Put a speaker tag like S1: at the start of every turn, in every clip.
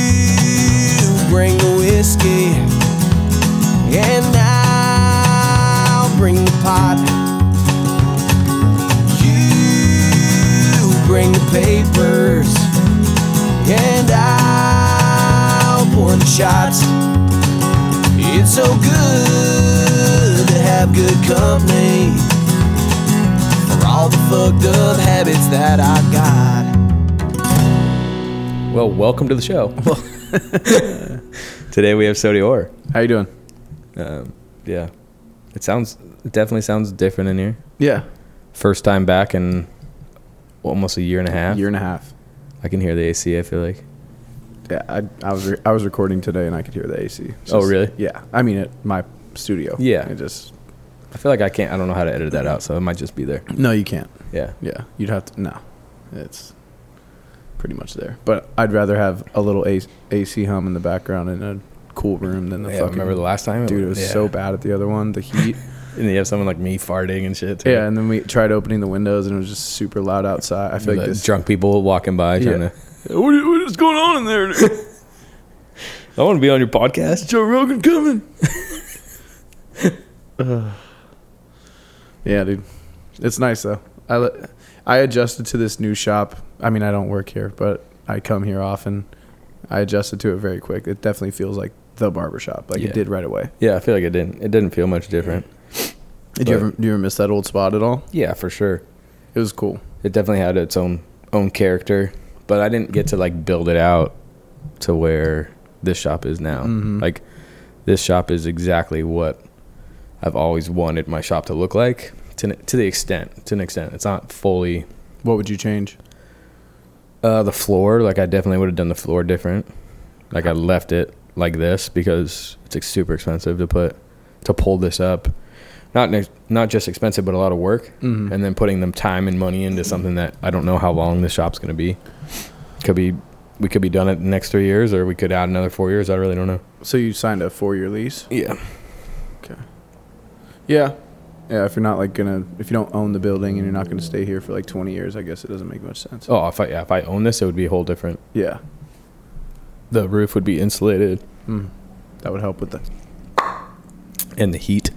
S1: You bring the whiskey, and I'll bring the pot. You bring the papers, and I'll pour the shots. It's so good to have good company for all the fucked up habits that I got.
S2: Well, welcome to the show. Today we have Sodi Orr.
S3: How you doing?
S2: Um, yeah, it sounds it definitely sounds different in here.
S3: Yeah.
S2: First time back in almost a year and a half.
S3: Year and a half.
S2: I can hear the AC. I feel like
S3: Yeah, I, I was re- I was recording today and I could hear the AC. It's
S2: Oh, really?
S3: Yeah. I mean, at my studio.
S2: Yeah.
S3: It just
S2: I feel like I can't. I don't know how to edit that out, so it might just be there.
S3: no, you can't.
S2: Yeah,
S3: Yeah, you'd have to. No, it's pretty much there. But I'd rather have a little AC, AC hum in the background in a cool room than the
S2: yeah.
S3: fucking.
S2: Remember the last time,
S3: dude, it was so bad at the other one. The heat.
S2: And you have someone like me farting and shit. too.
S3: yeah, and then we tried opening the windows and it was just super loud outside. I feel
S2: The
S3: like this.
S2: drunk people walking by
S3: Yeah.
S2: trying to.
S3: What is- what is going on in there?
S2: I want to be on your podcast.
S3: Joe Rogan coming. yeah, dude, it's nice though. I li- I adjusted to this new shop. I mean, I don't work here, but I come here often. I adjusted to it very quick. It definitely feels like the barber shop. Like
S2: Yeah.
S3: it did right away.
S2: Yeah, I feel like it didn't. It didn't feel much different.
S3: Did you
S2: But-
S3: ever do you ever miss that old spot at all?
S2: Yeah, for sure.
S3: It was cool.
S2: it definitely had its own own character, but I didn't get to like build it out to where this shop is now.
S3: Mhm.
S2: Like this shop is exactly what I've always wanted my shop to look like to to the extent to an extent. It's not fully
S3: What would you change?
S2: uh, the floor. Like I definitely would have done the floor different. Like I left it like this because it's like, super expensive to put to pull this up. Not ne- not just expensive, but a lot of work.
S3: Mm-hmm.
S2: And then putting them time and money into something that I don't know how long this shop's going to be. Could be we could be done it in the next three years, or we could add another four years. I really don't know.
S3: So you signed a four year lease.
S2: Yeah,
S3: Yeah. Yeah, if you're not like gonna, if you don't own the building and you're not gonna stay here for like 20 years, I guess it doesn't make much sense.
S2: Oh, if I yeah, if I own this, it would be a whole different.
S3: Yeah.
S2: The roof would be insulated
S3: Mm. That would help with the
S2: and the heat.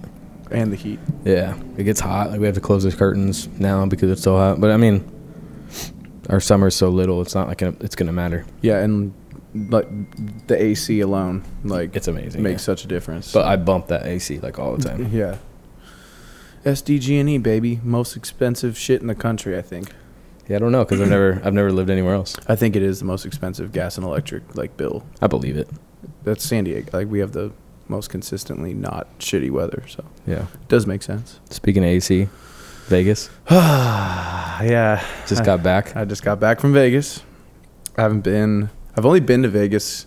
S3: and the heat.
S2: Yeah, it gets hot. Like we have to close those curtains now because it's so hot. But I mean, our summer's so little. It's not like gonna, it's going to matter.
S3: Yeah, and like the AC alone, like
S2: It's amazing.
S3: makes
S2: yeah.
S3: such a difference.
S2: But I bump that AC like all the time.
S3: yeah, SDG&E E, baby, most expensive shit in the country. I think.
S2: Yeah, I don't know because I've never I've never lived anywhere else.
S3: I think it is the most expensive gas and electric like bill.
S2: I believe it.
S3: That's San Diego. Like we have the most consistently not shitty weather, so
S2: Yeah.
S3: it does make sense.
S2: Speaking of AC, Vegas
S3: yeah,
S2: just got back.
S3: I just got back from Vegas. I haven't been. I've only been to Vegas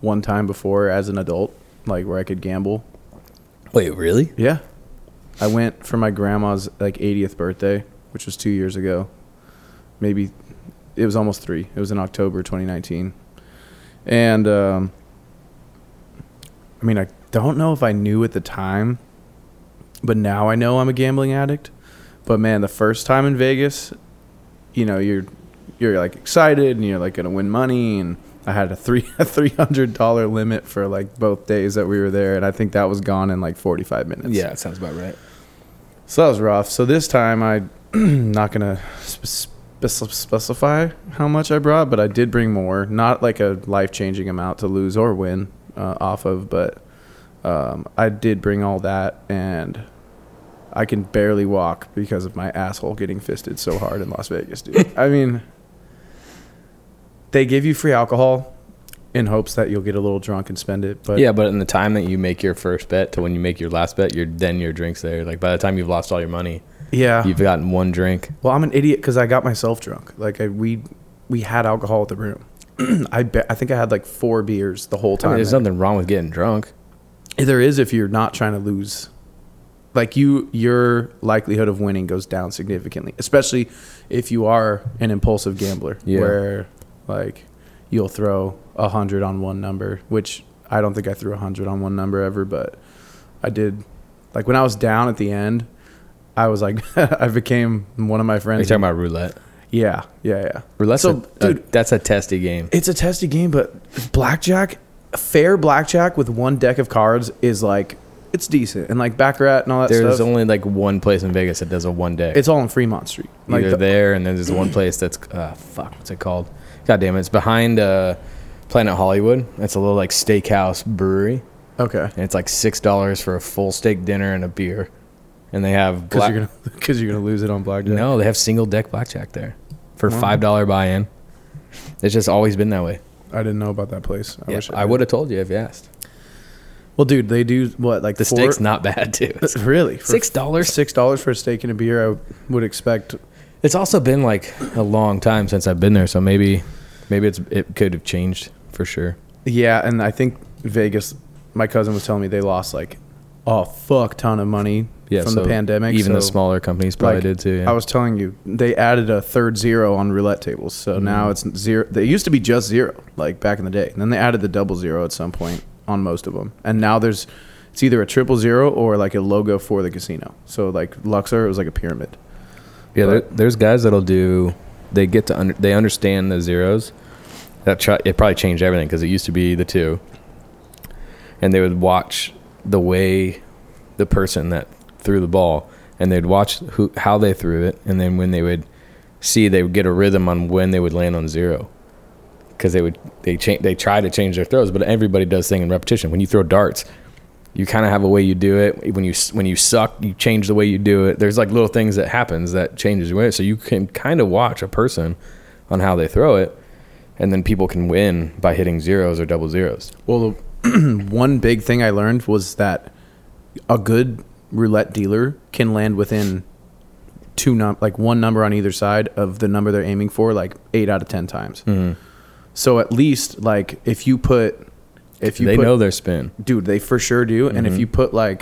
S3: one time before as an adult, like where I could gamble.
S2: Wait, really?
S3: Yeah. I went for my grandma's like 80th birthday, which was 2 years ago. Maybe it was almost 3. It was in October 2019. And um I mean, I don't know if I knew at the time, but now I know I'm a gambling addict. But man, the first time in Vegas, you know, you're you're like excited and you're like going to win money and I had a three a three hundred dollar limit for like both days that we were there, and I think that was gone in like forty five minutes.
S2: yeah, it sounds about right.
S3: So that was rough. So this time I not gonna sp- sp- specify how much I brought, but I did bring more. Not like a life changing amount to lose or win uh, off of, but um, I did bring all that, and I can barely walk because of my asshole getting fisted so hard in Las Vegas, dude. I mean, they give you free alcohol in hopes that you'll get a little drunk and spend it, but
S2: yeah, but in the time that you make your first bet to when you make your last bet, your then your drinks there. Like by the time you've lost all your money,
S3: yeah.
S2: you've gotten one drink.
S3: Well, I'm an idiot because I got myself drunk. Like I, we we had alcohol at the room. I bet I think I had like four beers the
S2: I
S3: whole
S2: mean,
S3: time.
S2: there's
S3: there.
S2: nothing wrong with getting drunk.
S3: there is if you're not trying to lose. Like you, your likelihood of winning goes down significantly, especially if you are an impulsive gambler,
S2: Yeah.
S3: where like you'll throw a hundred on one number, which I don't think I threw a hundred on one number ever, but I did. Like when I was down at the end, I was like, I became one of my
S2: Are you
S3: friends.
S2: talking about roulette?
S3: Yeah, yeah, yeah.
S2: Or uh, That's
S3: so,
S2: a, a-
S3: dude,
S2: that's a testy game.
S3: it's a testy game, but blackjack, fair blackjack with one deck of cards is like it's decent, and like baccarat and all that
S2: There's
S3: stuff.
S2: only like one place in Vegas that does a one day.
S3: it's all on Fremont Street. Like
S2: either
S3: the-
S2: there and then there's one place that's uh fuck what's it called god damn it it's behind uh planet hollywood it's a little like steakhouse brewery
S3: okay,
S2: and it's like six dollars for a full steak dinner and a beer and they have
S3: because
S2: black
S3: you're gonna because you're gonna lose it on blackjack.
S2: no they have single deck blackjack there for
S3: Wow.
S2: five dollar buy-in it's just always been that way
S3: I didn't know about that place. I
S2: Yeah,
S3: wish
S2: i
S3: did.
S2: would have told you if you asked
S3: Well, dude, they do what like
S2: the
S3: four-
S2: steak's not bad too It's
S3: really for
S2: six dollars
S3: six dollars for a steak and a beer. I would expect
S2: it's also been like a long time since i've been there so maybe maybe it's it could have changed for sure
S3: Yeah, and I think Vegas. My cousin was telling me they lost like a fuck ton of money
S2: yeah
S3: from
S2: so
S3: the pandemic.
S2: even the
S3: so,
S2: smaller companies probably
S3: like,
S2: did too yeah.
S3: I was telling you they added a third zero on roulette tables, so
S2: Mm.
S3: now it's zero. They used to be just zero, like back in the day. And then they added the double zero at some point on most of them, and now there's it's either a triple zero or like a logo for the casino. So like Luxor, it was like a pyramid.
S2: Yeah, there,
S3: But-
S2: there's guys that'll do. They get to under, they understand the zeros. That try, it probably changed everything because it used to be the two, and they would watch the way the person that threw the ball, and they'd watch who how they threw it, and then when they would see, they would get a rhythm on when they would land on zero, because they would they change they try to change their throws, but everybody does thing in repetition. When you throw darts, you kind of have a way you do it when you when you suck you change the way you do it there's like little things that happens that changes your way so you can kind of watch a person on how they throw it and then people can win by hitting zeros or double zeros
S3: Well, the one big thing I learned was that a good roulette dealer can land within two num like one number on either side of the number they're aiming for, like eight out of ten times.
S2: Mm-hmm.
S3: So at least like if you put if you
S2: they
S3: put,
S2: know their spin
S3: dude, they for sure do. And
S2: Mm-hmm.
S3: if you put like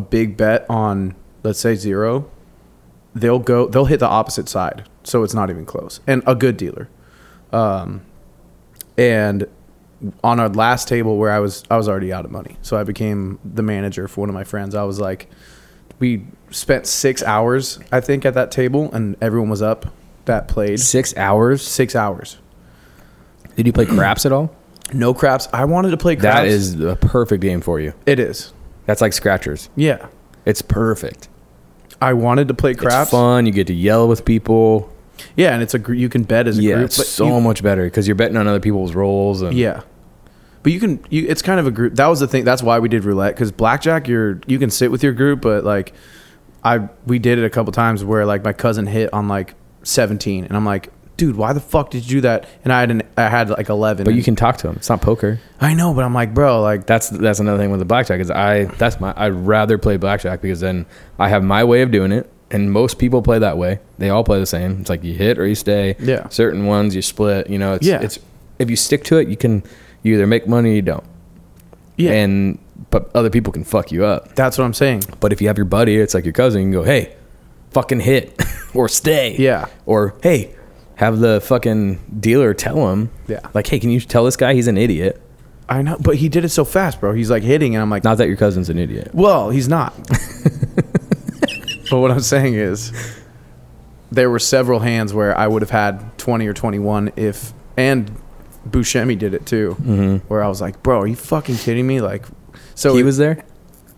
S3: a big bet on, let's say zero, they'll go, they'll hit the opposite side, so it's not even close. And a good dealer. Um, and on our last table where I was, I was already out of money, so I became the manager for one of my friends. I was like, we spent six hours, I think, at that table, and everyone was up that played
S2: six hours
S3: six hours.
S2: did you play craps at all
S3: No craps. I wanted to play craps.
S2: that is a perfect game for you
S3: it is.
S2: that's like scratchers
S3: Yeah.
S2: it's perfect
S3: I wanted to play
S2: it's
S3: craps.
S2: fun you get to yell with people
S3: Yeah, and it's a gr- you can bet as a
S2: yeah
S3: group.
S2: it's
S3: but
S2: so
S3: you-
S2: much better because you're betting on other people's rolls and
S3: yeah, but you can. You, it's kind of a group. That was the thing. That's why we did roulette because blackjack. You're you can sit with your group, but like I we did it a couple times where like my cousin hit on like 17, and I'm like, dude, why the fuck did you do that? And I had an I had like 11.
S2: but you
S3: and-
S2: can talk to them it's not poker
S3: I know, but I'm like, bro, like
S2: that's that's another thing with the blackjack is I that's my I'd rather play blackjack because then I have my way of doing it and most people play that way. They all play the same. It's like you hit or you stay.
S3: Yeah.
S2: Certain ones you split, you know, it's
S3: Yeah.
S2: it's if you stick to it, you can you either make money or you don't.
S3: yeah.
S2: And but other people can fuck you up.
S3: that's what I'm saying.
S2: But if you have your buddy, it's like your cousin, you can go, "Hey, fucking hit or stay."
S3: Yeah.
S2: Or, "Hey, have the fucking dealer tell him."
S3: Yeah.
S2: Like, "Hey, can you tell this guy he's an idiot?"
S3: I know, but he did it so fast, bro. He's like hitting, and I'm like,
S2: Not that your cousin's an idiot.
S3: Well, he's not. but what I'm saying is, there were several hands where I would have had 20 or 21 if, and Buscemi did it too, where I was like, bro, are you fucking kidding me? Like, so
S2: Mm-hmm. He
S3: it-
S2: was there?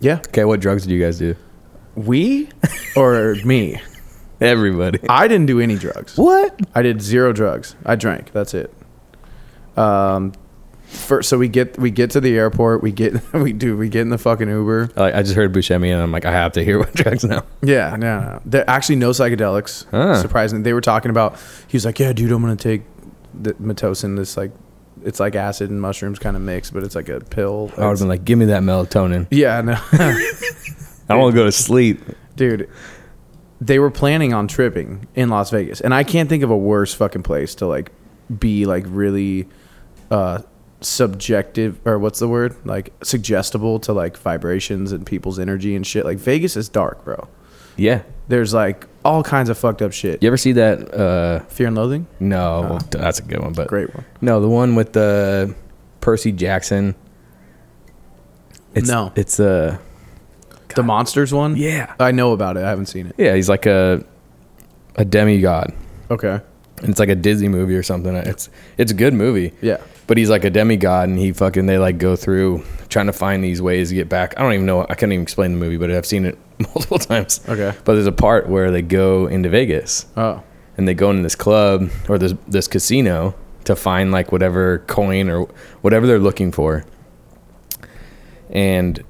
S3: yeah,
S2: Okay, what drugs did you guys do?
S3: we or me.
S2: Everybody.
S3: I didn't do any drugs.
S2: What?
S3: I did zero drugs. I drank. That's it. Um, first, so we get we get to the airport. We get we do we get in the fucking Uber.
S2: I, I just heard Buscemi and I'm like, I have to hear what drugs now.
S3: Yeah, no, no. There actually no psychedelics.
S2: Huh.
S3: Surprisingly, they were talking about. He was like, "Yeah, dude, I'm gonna take the pitocin. This like, it's like acid and mushrooms kind of mixed, but it's like a pill."
S2: I would have been like, give me that melatonin.
S3: yeah, no,
S2: I want to go to sleep.
S3: dude. They were planning on tripping in Las Vegas, and I can't think of a worse fucking place to like be like really uh subjective or what's the word like suggestible to like vibrations and people's energy and shit. Like Vegas is dark, bro.
S2: Yeah.
S3: There's like all kinds of fucked up shit.
S2: You ever see that? Uh,
S3: Fear and Loathing?
S2: no, well, that's a good one, but
S3: Great one.
S2: No, the one with the Percy Jackson. It's,
S3: No.
S2: it's uh,
S3: The monsters one?
S2: yeah,
S3: I know about it. I haven't seen it.
S2: yeah. He's like a a demigod,
S3: Okay.
S2: And it's like a Disney movie or something. It's it's a good movie.
S3: Yeah.
S2: But he's like a demigod, and he fucking they like go through trying to find these ways to get back. I don't even know. I couldn't even explain the movie, but I've seen it multiple times.
S3: Okay.
S2: But there's a part where they go into Vegas
S3: Oh.
S2: and they go into this club or this this casino to find like whatever coin or whatever they're looking for. And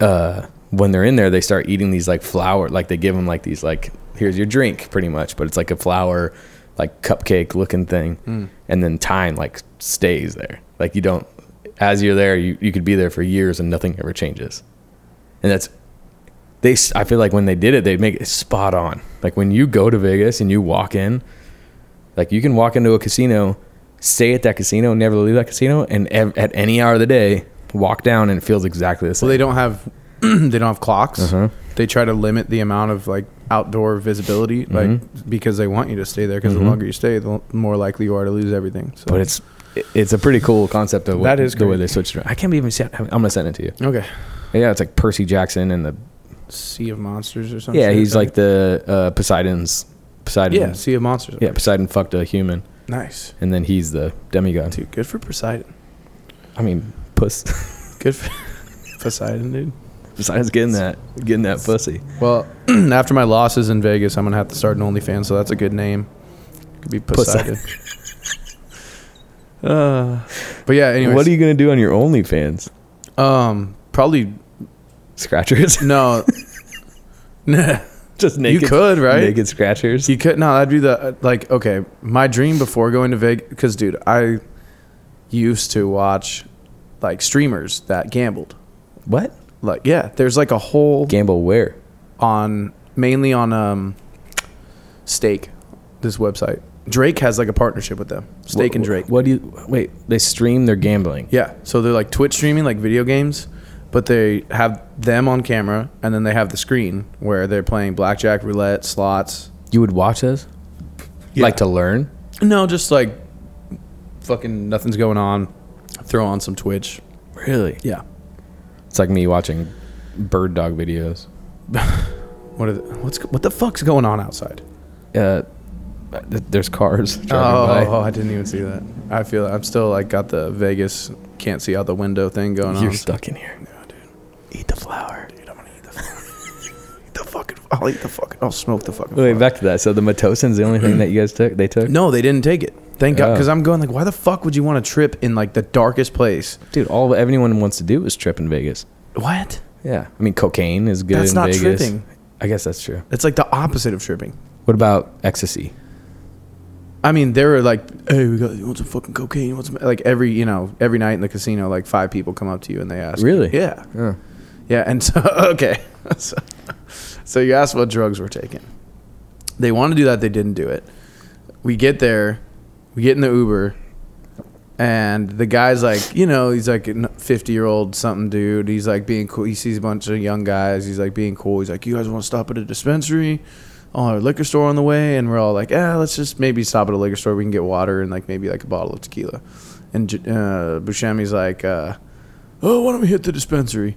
S2: uh, when they're in there, they start eating these like flower, like they give them like these like here's your drink, pretty much, but it's like a flower, like cupcake looking thing, and then time like stays there. Like you don't, as you're there, you you could be there for years and nothing ever changes, and that's they s- I feel like when they did it, they make it spot on. Like when you go to Vegas and you walk in, like you can walk into a casino, stay at that casino, never leave that casino, and ev- at any hour of the day, walk down and it feels exactly the same.
S3: Well, they don't have they don't have clocks.
S2: Uh-huh.
S3: They try to limit the amount of like outdoor visibility,
S2: Mm-hmm.
S3: like because they want you to stay there. Because the longer you stay, the more likely you are to lose everything. So
S2: but it's it- it's a pretty cool concept of what,
S3: That is
S2: the way
S3: great.
S2: they switched it. around. I can't even. Send, I'm gonna send it to you.
S3: okay.
S2: Yeah, it's like Percy Jackson and the
S3: Sea of Monsters or something.
S2: yeah, he's like the uh, Poseidon's Poseidon.
S3: yeah Sea of Monsters.
S2: yeah, Poseidon fucked a human,
S3: nice
S2: and then he's the demigod.
S3: dude. Good for Poseidon.
S2: I mean, puss.
S3: Good for Poseidon, dude.
S2: Poseidon's getting that getting that pussy.
S3: Well, after my losses in Vegas, I'm gonna have to start an OnlyFans. So that's a good name. Could be Poseidon. uh, but yeah. Anyways,
S2: What are you gonna do on your OnlyFans?
S3: um probably
S2: Scratchers?
S3: no. Nah.
S2: Just naked.
S3: you could right.
S2: Naked scratchers.
S3: You could no, that'd be the like okay. My dream before going to Vegas, because dude, I used to watch like streamers that gambled.
S2: what?
S3: Like yeah, there's like a whole
S2: Gamble where?
S3: on mainly on um stake this website. Drake has like a partnership with them, Stake and
S2: Wh-
S3: Drake.
S2: What do you wait? They stream their gambling.
S3: Yeah, so they're like Twitch streaming like video games, but they have them on camera and then they have the screen where they're playing blackjack, roulette, slots.
S2: You would watch those? Like to learn?
S3: No, just like fucking nothing's going on. Throw on some Twitch.
S2: Really?
S3: Yeah.
S2: It's like me watching bird dog videos.
S3: What are the, what's what the fuck's going on outside?
S2: Uh, th- there's cars driving
S3: Oh, I didn't even see that. I feel I'm still like got the Vegas can't see out the window thing going
S2: by.
S3: on.
S2: You're stuck in here.
S3: Eat the flower, dude. I'm gonna eat the flower. eat the fucking. I'll eat the fucking. I'll smoke the fucking.
S2: Wait,
S3: flower.
S2: back to that. So the matosin's the only thing that you guys took. They took.
S3: No, they didn't take it. Thank God,
S2: Oh.
S3: because I'm going like, why the fuck would you want to trip in like the darkest place?
S2: Dude, all anyone wants to do is trip in Vegas.
S3: What?
S2: Yeah, I mean cocaine is good
S3: That's
S2: in
S3: not
S2: Vegas.
S3: tripping.
S2: I guess that's true.
S3: It's like the opposite of tripping.
S2: What about ecstasy?
S3: I mean, they were like, "Hey, we got you want some fucking cocaine? You want some?" Like every you know every night in the casino, like five people come up to you and they ask.
S2: Really?
S3: Yeah,
S2: Huh.
S3: yeah. And so okay, so, so you asked what drugs were taken. They want to do that. They didn't do it. We get there, we get in the Uber, and the guy's like, you know, he's like a fifty year old something dude. He's like being cool. He sees a bunch of young guys. He's like being cool. He's like, you guys want to stop at a dispensary? Oh, our liquor store on the way, and we're all like, ah, let's just maybe stop at a liquor store. We can get water and like maybe like a bottle of tequila. And J- uh, Buscemi's like, uh, oh, why don't we hit the dispensary?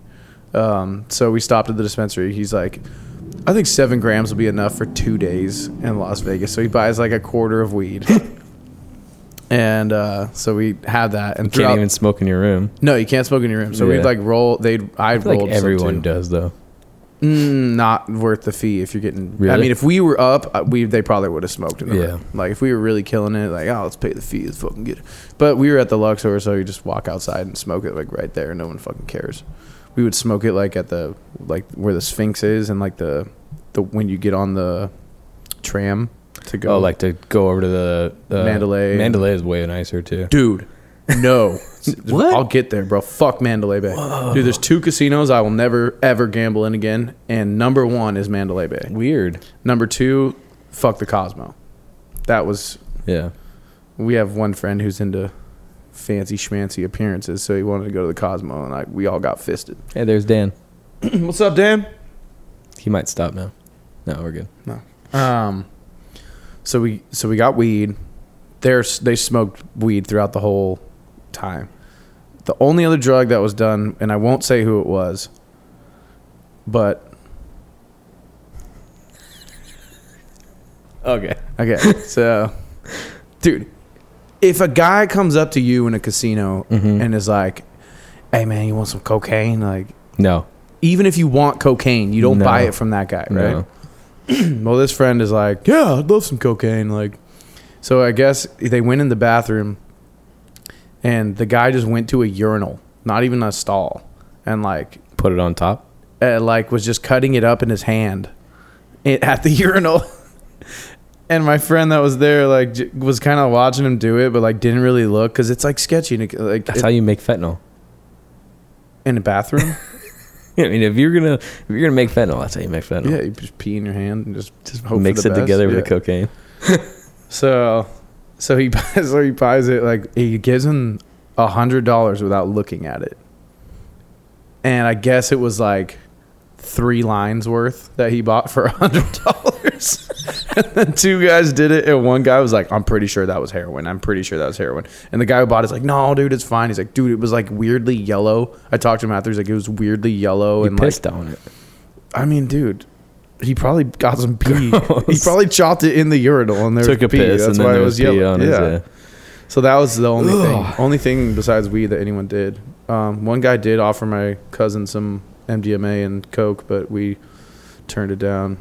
S3: Um, so we stopped at the dispensary. He's like, I think seven grams will be enough for two days in Las Vegas. So he buys like a quarter of weed. And uh, so we have that, and
S2: Can't
S3: throughout-
S2: even smoke in your room.
S3: no, you can't smoke in your room. So
S2: Yeah.
S3: we'd like roll. They'd I
S2: I feel
S3: rolled
S2: like everyone
S3: some too.
S2: does though.
S3: Mm, not worth the fee if you're getting. I
S2: Really?
S3: mean, if we were up, uh, we they probably would have smoked in the
S2: Yeah.
S3: room. Like if we were really killing it, like oh let's pay the fee, let's fucking get it. But we were at the Luxor, so you just walk outside and smoke it like right there. No one fucking cares. We would smoke it like at the like where the Sphinx is and like the the when you get on the tram to go.
S2: Oh, like to go over to the uh,
S3: Mandalay.
S2: Mandalay is way nicer too.
S3: dude, no.
S2: What?
S3: I'll get there, bro. Fuck Mandalay Bay. Dude, there's two casinos I will never ever gamble in again, and number one is Mandalay Bay.
S2: Weird.
S3: Number two, fuck the Cosmo. That was
S2: Yeah.
S3: we have one friend who's into fancy schmancy appearances, so he wanted to go to the Cosmo, and I we all got fisted.
S2: Hey, there's Dan.
S3: What's up, Dan?
S2: He might stop now. No, we're good.
S3: Um, so we so we got weed. There's they smoked weed throughout the whole time. The only other drug that was done, and I won't say who it was, but
S2: Okay.
S3: Okay, so, dude, if a guy comes up to you in a casino
S2: Mhm.
S3: and is like, "Hey, man, you want some cocaine?" Like,
S2: No.
S3: even if you want cocaine, you don't
S2: No.
S3: buy it from that guy,
S2: No.
S3: right? well, this friend is like, "Yeah, I'd love some cocaine." Like, so I guess they went in the bathroom, and the guy just went to a urinal, not even a stall, and like
S2: Put it on top.
S3: uh, like was just cutting it up in his hand it, at the urinal. and my friend that was there like j- was kind of watching him do it, but like didn't really look because it's like sketchy. to- Like
S2: That's how you make fentanyl.
S3: in a bathroom,
S2: I mean, if you're gonna if you're gonna make fentanyl, that's how you make fentanyl.
S3: yeah, you just pee in your hand and just just hope for
S2: Mix
S3: the
S2: it
S3: best.
S2: together with
S3: Yeah.
S2: the cocaine.
S3: So, so he buys, so he buys it like he gives him a hundred dollars without looking at it, and I guess it was like three lines worth that he bought for a hundred dollars. and then two guys did it, and one guy was like, "I'm pretty sure that was heroin. I'm pretty sure that was heroin." And the guy who bought it's like, "No, dude, it's fine." He's like, "Dude, it was like weirdly yellow." I talked to him after. He's like, "It was weirdly yellow,"
S2: You
S3: and like,
S2: pissed on it.
S3: I mean, dude. He probably got some pee. He
S2: Gross.
S3: probably chopped it in the urinal and there
S2: Took
S3: was
S2: a
S3: pee.
S2: piss
S3: That's
S2: and
S3: why
S2: then
S3: it
S2: there
S3: was
S2: was
S3: yellow.
S2: pee on
S3: yeah.
S2: it.
S3: So that was the only
S2: Ugh.
S3: thing, only thing besides weed that anyone did. Um, one guy did offer my cousin some MDMA and coke, but we turned it down.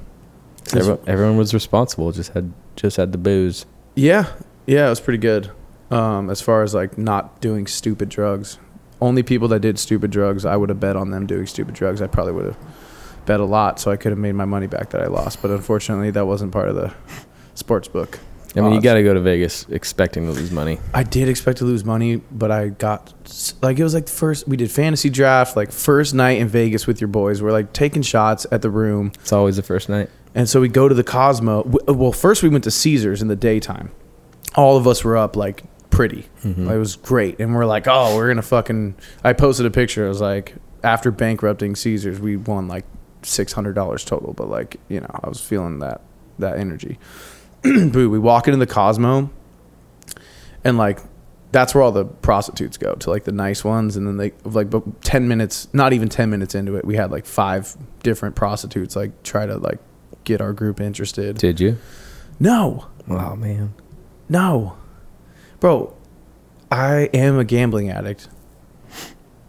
S2: Yeah. Everyone, everyone was responsible. Just had just had the booze.
S3: Yeah, yeah, it was pretty good. Um, as far as like not doing stupid drugs, only people that did stupid drugs, I would have bet on them doing stupid drugs. I probably would have bet a lot, so I could have made my money back that I lost. But unfortunately, that wasn't part of the sports book.
S2: I mean, you
S3: odds.
S2: got to go to Vegas expecting to lose money.
S3: I did expect to lose money, but I got like it was like the first we did fantasy draft like first night in Vegas with your boys. We're like taking shots at the room,
S2: It's always the first night.
S3: and so we go to the Cosmo. W- Well, first we went to Caesars in the daytime. All of us were up like pretty. It was great, and we're like, oh, we're gonna fucking. I posted a picture. I was like, after bankrupting Caesars, we won like six hundred dollars total. But like, you know, I was feeling that that energy. Boo, we walk into the Cosmo, and like that's where all the prostitutes go to like the nice ones and then they like but 10 minutes not even 10 minutes into it we had like five different prostitutes like try to like get our group interested
S2: Did you?
S3: no
S2: Oh man.
S3: no bro i am a gambling addict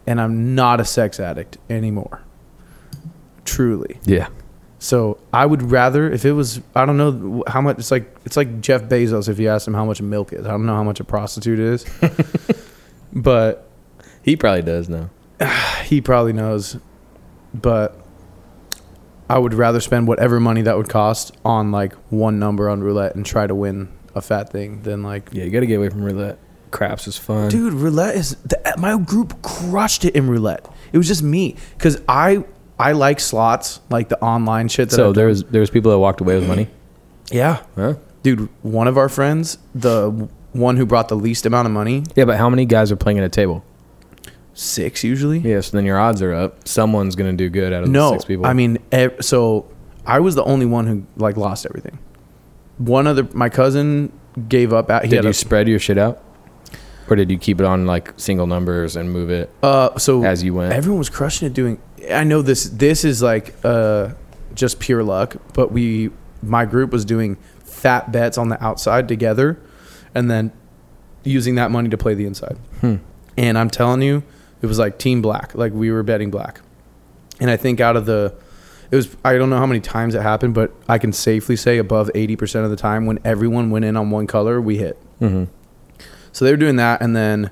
S3: and i'm not a sex addict anymore truly
S2: Yeah.
S3: so I would rather if it was I don't know how much it's like it's like Jeff Bezos if you asked him how much milk is I don't know how much a prostitute is, but
S2: He probably does now.
S3: he probably knows. But I would rather spend whatever money that would cost on like one number on roulette and try to win a fat thing than like
S2: Yeah, you got to get away from roulette. Craps is fun.
S3: Dude, roulette is th- my group crushed it in roulette. It was just me because I I like slots like the online shit. That
S2: so
S3: I-
S2: there was there was people that walked away with money.
S3: yeah,
S2: Huh?
S3: dude one of our friends the one who brought the least amount of money
S2: Yeah, but how many guys are playing at a table?
S3: six usually
S2: Yeah, so then your odds are up. Someone's gonna do good out of
S3: no
S2: the six people.
S3: i mean ev- so i was the only one who like lost everything one other my cousin gave up at he
S2: did
S3: had
S2: you
S3: a-
S2: spread your shit out, or did you keep it on like single numbers and move it
S3: uh so
S2: as you went?
S3: everyone was crushing it doing i know this this is like uh just pure luck but we my group was doing fat bets on the outside together and then using that money to play the inside
S2: Hmm.
S3: and i'm telling you it was like team black like we were betting black and i think out of the it was i don't know how many times it happened but i can safely say above 80% of the time when everyone went in on one color we hit
S2: Mhm.
S3: so they were doing that and then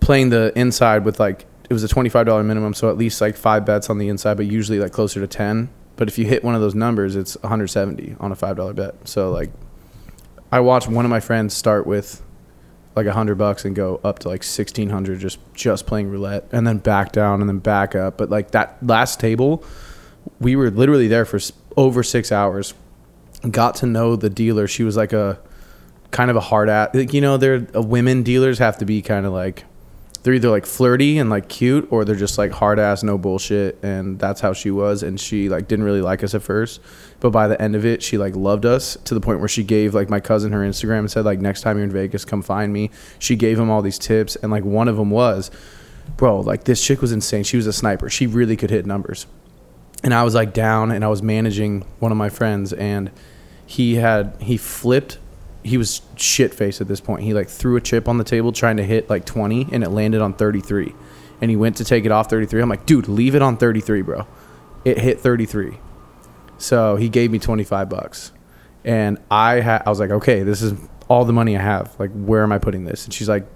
S3: playing the inside with like it was a $25 minimum so at least like five bets on the inside but usually like closer to 10 but if you hit one of those numbers it's 170 on a $5 bet so like i watched one of my friends start with like 100 bucks and go up to like 1600 just just playing roulette and then back down and then back up but like that last table we were literally there for s- over six hours got to know the dealer she was like a kind of a hard ass like you know they're uh, women dealers have to be kind of like they're either like flirty and like cute or they're just like hard ass no bullshit and that's how she was and she like didn't really like us at first but by the end of it she like loved us to the point where she gave like my cousin her instagram and said like next time you're in vegas come find me she gave him all these tips and like one of them was bro like this chick was insane she was a sniper she really could hit numbers and I was like down and I was managing one of my friends and he had he flipped. He was shit faced at this point. He like threw a chip on the table trying to hit like 20, and it landed on 33. And he went to take it off 33. I'm like, dude, leave it on 33, bro. It hit 33. So he gave me 25 bucks. And I ha- I was like, okay, this is all the money I have. Like, where am I putting this? And she's like,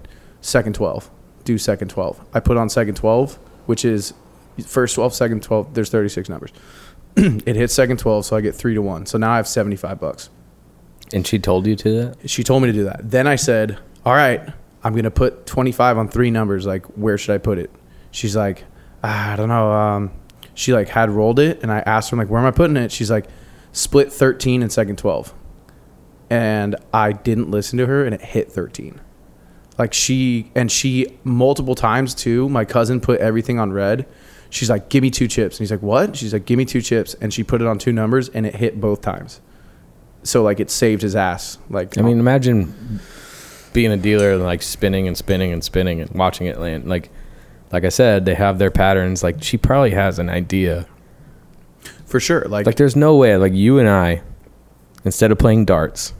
S3: second 12. Do second 12. I put on second 12, which is first 12, second 12. There's 36 numbers. it hits second 12, so I get three to one. So now I have 75 bucks.
S2: And she told you to that?
S3: She told me to do that. Then I said, all right, I'm going to put 25 on three numbers. Like, where should I put it? She's like, "Ah, I don't know. Um, she like had rolled it and I asked her, I'm like, where am I putting it? She's like, split 13 and second 12. And I didn't listen to her and it hit 13. Like she, and she multiple times too, my cousin put everything on red. She's like, give me two chips. And he's like, what? She's like, give me two chips. And she put it on two numbers and it hit both times. So like it saved his ass. Like,
S2: I mean, imagine being a dealer and like spinning and spinning and spinning and watching it land. Like, like I said, they have their patterns. Like she probably has an idea.
S3: for sure. Like,
S2: Like there's no way. Like you and I, instead of playing darts,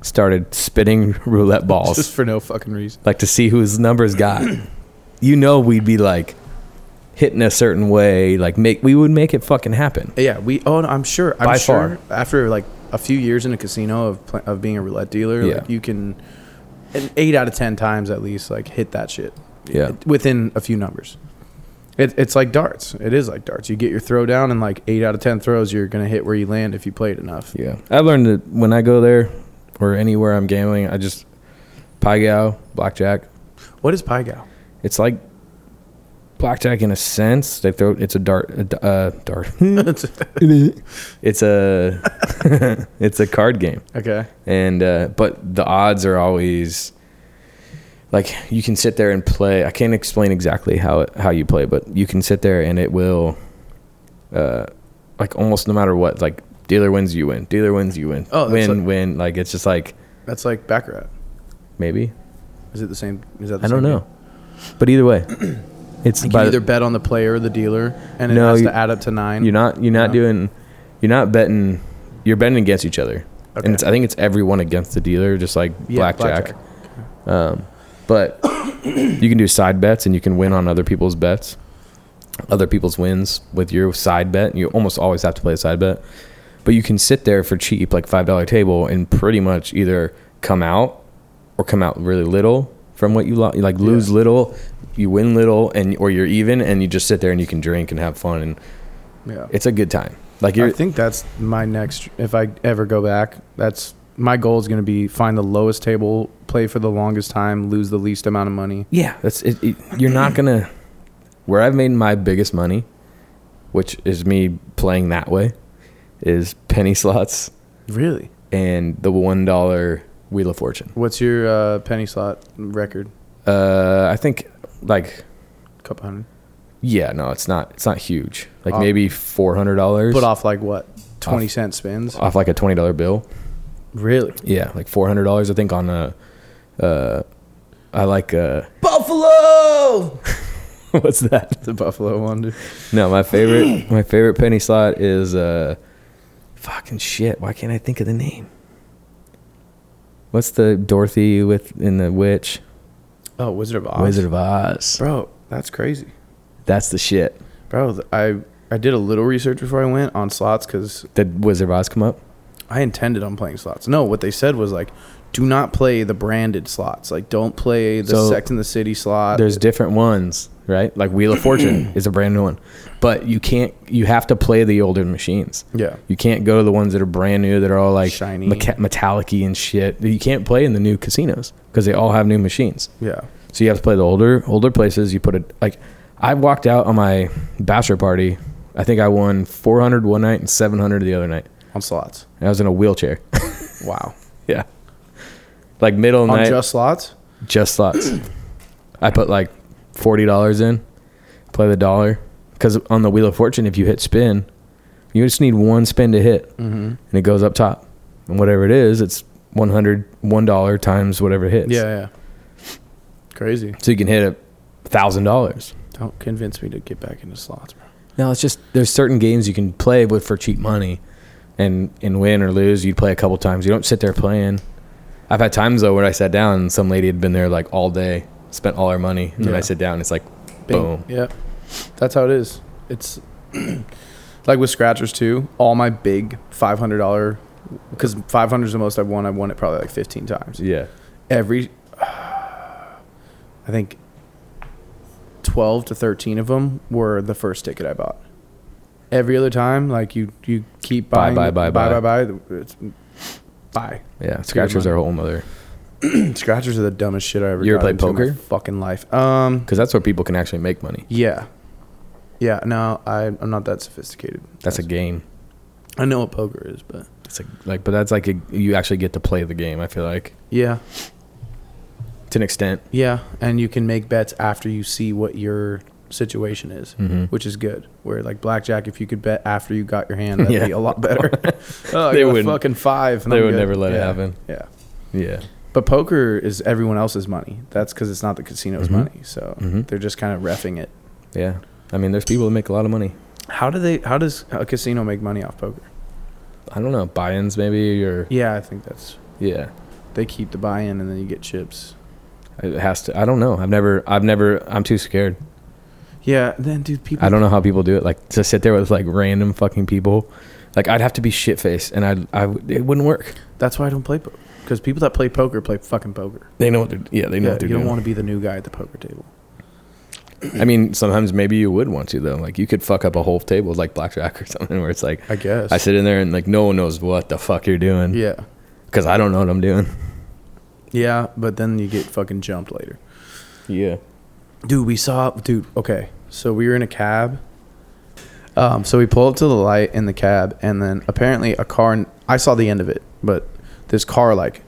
S2: started spinning roulette balls.
S3: just for no fucking reason.
S2: like to see whose numbers got. You know, we'd be like hitting a certain way. Like make we would make it fucking happen.
S3: Yeah, we. Oh, no, I'm sure. I'm
S2: By
S3: sure
S2: far.
S3: After like a few years in a casino of pl- of being a roulette dealer,
S2: Yeah.
S3: like you can an eight out of ten times at least like hit that shit
S2: Yeah.
S3: within a few numbers. It, it's like darts. It is like darts. You get your throw down, and like eight out of ten throws, you're gonna hit where you land if you played enough.
S2: Yeah. I've learned that when I go there or anywhere I'm gambling, I just pie gow, blackjack.
S3: What is pie gal?
S2: It's like blackjack in a sense. They throw it's a dart a d- uh, dart. it's a it's a card game.
S3: okay.
S2: and uh, but the odds are always like you can sit there and play. I can't explain exactly how it, how you play, but you can sit there and it will, uh, like almost no matter what, like dealer wins, you win. Dealer wins, you win.
S3: Oh, that's
S2: win,
S3: like-
S2: win. Like it's just like
S3: That's like baccarat.
S2: maybe
S3: Is it the same? Is that the
S2: I don't
S3: same
S2: know,
S3: game?
S2: but either way, it's
S3: You
S2: by
S3: can
S2: the-
S3: either bet on the player or the dealer, and it
S2: No,
S3: has
S2: you-
S3: to add up to nine.
S2: You're not. You're not
S3: No.
S2: doing. You're not betting. You're betting against each other,
S3: Okay.
S2: and it's, I think it's everyone against the dealer, just like
S3: Yeah,
S2: blackjack. Um, but you can do side bets, and you can win on other people's bets, other people's wins with your side bet. You almost always have to play a side bet, but you can sit there for cheap, like five dollar table, and pretty much either come out or come out really little from what you lo- you, like lose little, you win little, and or you're even, and you just sit there and you can drink and have fun and
S3: Yeah.
S2: it's a good time. Like you're
S3: I think that's my next. If I ever go back, that's my goal is going to be find the lowest table, play for the longest time, lose the least amount of money.
S2: yeah, that's it, it- you're not gonna where I've made my biggest money, which is me playing that way, is penny slots
S3: Really?
S2: and the one dollar Wheel of Fortune.
S3: What's your uh, penny slot record?
S2: Uh, I think like
S3: Couple hundred.
S2: yeah, no, it's not it's not huge. Like
S3: Off-
S2: maybe four hundred dollars
S3: Put off like what? Twenty cent spins.
S2: off like a twenty dollar bill.
S3: Really?
S2: Yeah, like four hundred dollars I think on a uh I like uh
S1: Buffalo!
S2: what's that?
S3: The Buffalo one. dude.
S2: No, my favorite my favorite penny slot is uh fucking shit. Why can't I think of the name? What's the Dorothy with in the witch?
S3: Oh, Wizard of Oz.
S2: Wizard of Oz.
S3: Bro, that's crazy.
S2: That's the shit.
S3: Bro, th- I I did a little research before I went on slots because
S2: Did Wizard of Oz come up?
S3: I intended on playing slots. No, what they said was like, do not play the branded slots. Like, don't play the
S2: So,
S3: Sex in the City slot.
S2: There's different ones, right? Like Wheel of Fortune is a brand new one. But you can't you have to play the older machines.
S3: yeah.
S2: You can't go to the ones that are brand new that are all like
S3: Shiny.
S2: mecha- metallic-y and shit. You can't play in the new casinos because they all have new machines.
S3: Yeah.
S2: So you have to play the older older places. You put it like I walked out on my bachelor party. I think I won 400 one night and 700 the other night.
S3: On slots.
S2: And I was in a wheelchair.
S3: Wow.
S2: yeah. Like middle of
S3: on
S2: night, just,
S3: just slots?
S2: slots. I put like $40 in, play the dollar. Because on the Wheel of Fortune, if you hit spin, you just need one spin to hit
S3: Mm-hmm.
S2: and it goes up top. And whatever it is, it's 100, $1 times whatever it hits.
S3: Yeah, yeah. Crazy.
S2: So you can hit a $1,000.
S3: Don't convince me to get back into slots, bro.
S2: No, it's just there's certain games you can play with for cheap money and and win or lose, you'd play a couple times. You don't sit there playing. I've had times though where I sat down and some lady had been there like all day, spent all her money, and then I
S3: Yeah.
S2: sit down. It's like,
S3: Bing.
S2: boom.
S3: Yeah. That's how it is. It's like with scratchers too. All my big five hundred dollar because five hundred is the most I've won. I've won it probably like fifteen times.
S2: yeah,
S3: Every, I think, twelve to thirteen of them were the first ticket I bought. Every other time, like you, you keep
S2: Buy,
S3: buying,
S2: buy, buy,
S3: buy, buy, buy. It's, buy.
S2: yeah. Scratchers are a whole nother
S3: Scratchers are the dumbest shit I ever.
S2: You ever
S3: got
S2: played
S3: into in
S2: poker?
S3: my fucking life. Um,
S2: because that's where people can actually make money.
S3: Yeah. Yeah, no, I, I'm not that sophisticated.
S2: That's a game.
S3: I know what poker is, but
S2: It's like, like but that's like a, you actually get to play the game. I feel like
S3: yeah,
S2: to an extent.
S3: yeah, and you can make bets after you see what your situation is,
S2: Mhm.
S3: which is good. Where like blackjack, if you could bet after you got your hand, that'd
S2: Yeah.
S3: be a lot better. oh,
S2: They
S3: they would
S2: wouldn't.
S3: fucking five. and
S2: They
S3: I'm
S2: would
S3: good.
S2: never let it
S3: Yeah,
S2: happen.
S3: Yeah,
S2: Yeah,
S3: but poker is everyone else's money. That's because it's not the casino's
S2: Mhm.
S3: money, so
S2: Mhm.
S3: they're just kind of refing it.
S2: yeah. I mean, there's people that make a lot of money.
S3: How do they? How does a casino make money off poker?
S2: I don't know buy-ins maybe or
S3: Yeah, I think that's
S2: yeah.
S3: they keep the buy-in and then you get chips.
S2: It has to. I don't know. I've never. I've never. I'm too scared.
S3: Yeah, then dude, people.
S2: I don't know how people do it. Like to sit there with like random fucking people. Like I'd have to be shit faced, and I, I, would- it wouldn't work.
S3: That's why I don't play poker. Because people that play poker play fucking poker.
S2: They know what they're. Yeah, they know
S3: Yeah,
S2: what they're
S3: you don't
S2: doing.
S3: want to be the new guy at the poker table.
S2: I mean, sometimes maybe you would want to though. Like you could fuck up a whole table with, like blackjack or something, where it's like
S3: I guess.
S2: I sit in there and like no one knows what the fuck you're doing
S3: Yeah.
S2: because I don't know what I'm doing.
S3: Yeah, but then you get fucking jumped later.
S2: Yeah.
S3: Dude, we saw. Dude, okay. So we were in a cab. Um, so we pull up to the light in the cab, and then apparently a car. I saw the end of it, but this car like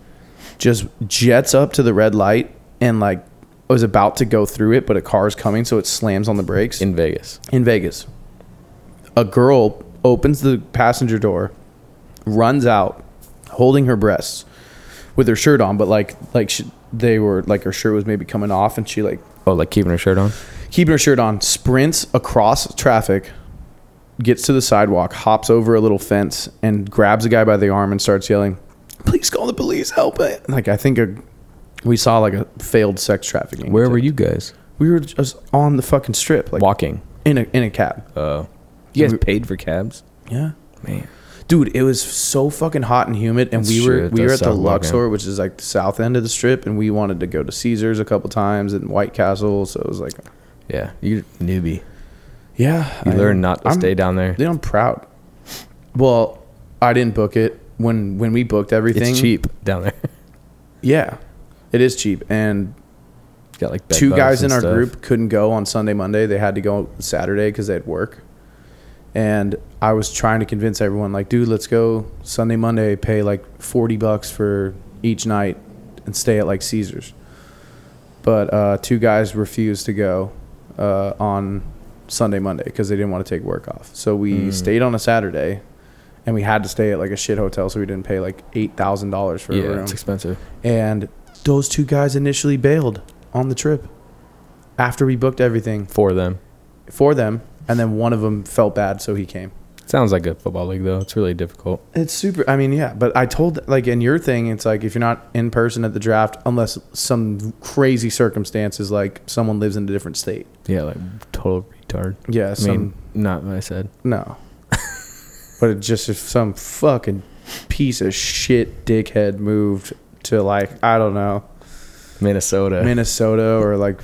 S3: just jets up to the red light and like was about to go through it, but a car is coming, so it slams on the brakes.
S2: In Vegas.
S3: in Vegas. A girl opens the passenger door, runs out, holding her breasts, with her shirt on, but like like she, they were like her shirt was maybe coming off, and she like
S2: Oh, like keeping her shirt on.
S3: keeping her shirt on, sprints across traffic, gets to the sidewalk, hops over a little fence, and grabs a guy by the arm and starts yelling, "Please call the police! Help it!" Like I think a, we saw like a failed sex trafficking.
S2: Where were you guys
S3: We were just on the fucking strip, like
S2: walking?
S3: in a in a cab.
S2: Uh, you guys
S3: We-
S2: paid for cabs,
S3: Yeah.
S2: man.
S3: dude it was so fucking hot and humid and
S2: That's
S3: we
S2: true,
S3: were
S2: it
S3: we
S2: does
S3: were at the
S2: sound like it.
S3: luxor which is like the south end of the strip and we wanted to go to caesars a couple times and white castle so it was like
S2: Yeah, you newbie.
S3: yeah
S2: You
S3: I-
S2: learn not to
S3: I'm-
S2: stay down there.
S3: dude i'm proud well i didn't book it when when we booked everything
S2: It's cheap down there.
S3: yeah it is cheap and
S2: Got like
S3: two guys in our group couldn't go on Sunday, Monday. They had to go Saturday because they had work. And I was trying to convince everyone, like, dude, let's go Sunday, Monday, pay like 40 bucks for each night and stay at like Caesars. But uh, two guys refused to go uh, on Sunday, Monday because they didn't want to take work off. So we
S2: Hmm.
S3: stayed on a Saturday and we had to stay at like a shit hotel. So we didn't pay like $8,000 for a
S2: Yeah,
S3: room
S2: it's expensive.
S3: and those two guys initially bailed on the trip after we booked everything
S2: for them.
S3: for them and then one of them felt bad so he came
S2: Sounds like a football league though. It's really difficult.
S3: it's super i mean yeah but i told like in your thing it's like if you're not in person at the draft unless some crazy circumstances like someone lives in a different state
S2: Yeah, like total retard.
S3: yeah
S2: I
S3: some
S2: mean, not what I said.
S3: no but it just if some fucking piece of shit dickhead moved to like i don't know
S2: Minnesota.
S3: Minnesota or like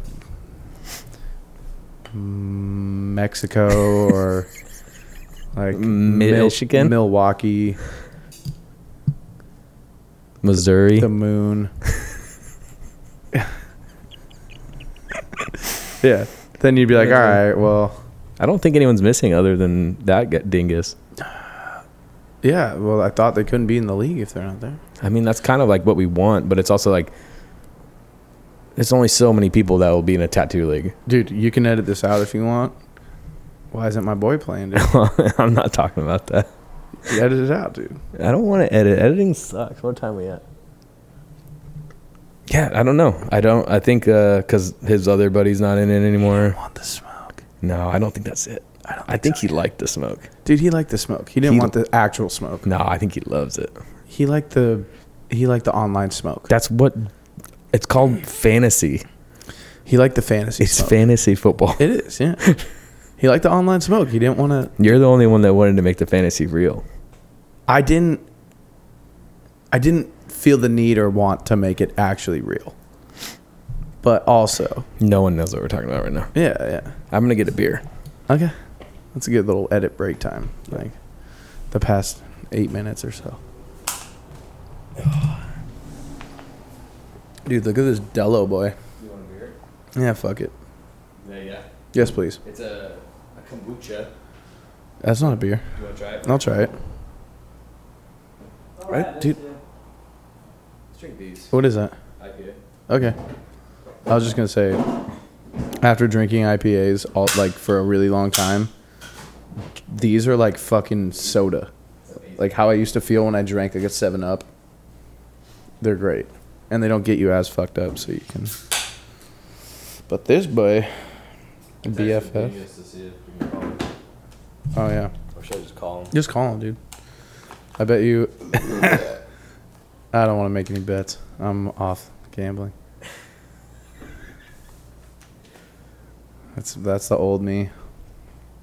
S3: mm, Mexico or like Mil-
S2: Michigan?
S3: Milwaukee,
S2: Missouri.
S3: the moon. yeah, then you'd be like, all right, well,
S2: I don't think anyone's missing other than that g- dingus.
S3: yeah, well, I thought they couldn't be in the league if they're not there.
S2: I mean, that's kind of like what we want, but it's also like there's only so many people that will be in a tattoo league.
S3: Dude, you can edit this out if you want. Why isn't my boy playing? Dude?
S2: I'm not talking about that.
S3: edit it out, dude.
S2: I don't want to edit. Editing sucks. What time we at? Yeah, I don't know. I uh, don't. I think because his other buddy's not in it anymore.
S3: want the smoke.
S2: No, I don't think that's it.
S3: I don't.
S2: I think he liked the smoke.
S3: Dude, he liked the smoke. He didn't
S2: He-
S3: want the actual smoke.
S2: No, I think he loves it.
S3: He liked the he liked the online smoke.
S2: That's what it's called fantasy.
S3: He liked the fantasy.
S2: It's
S3: smoke.
S2: fantasy football.
S3: It is, yeah. he liked the online smoke. He didn't want to.
S2: You're the only one that wanted to make the fantasy real.
S3: I didn't. I didn't feel the need or want to make it actually real. But also,
S2: No one knows what we're talking about right now.
S3: yeah, yeah.
S2: I'm gonna get a beer.
S3: Okay, that's a good little edit break time. Like the past eight minutes or so. Dude, look at this Dello boy.
S2: You want a beer?
S3: Yeah, fuck it.
S2: Yeah, yeah.
S3: Yes, please.
S2: It's a, a kombucha.
S3: That's not a beer.
S2: You wanna try it?
S3: I'll try it. Right, dude.
S2: Let's drink these.
S3: What is that?
S2: IPA.
S3: Okay. I was just gonna say, after drinking IPAs all like for a really long time, these are like fucking soda. Like how I used to feel when I drank like a Seven Up. They're great, and they don't get you as fucked up, so you can. But this boy, BFF. Oh yeah,
S2: Or should I just call him?
S3: just call him, dude. I bet you. I don't want to make any bets. I'm off gambling. That's that's the old me.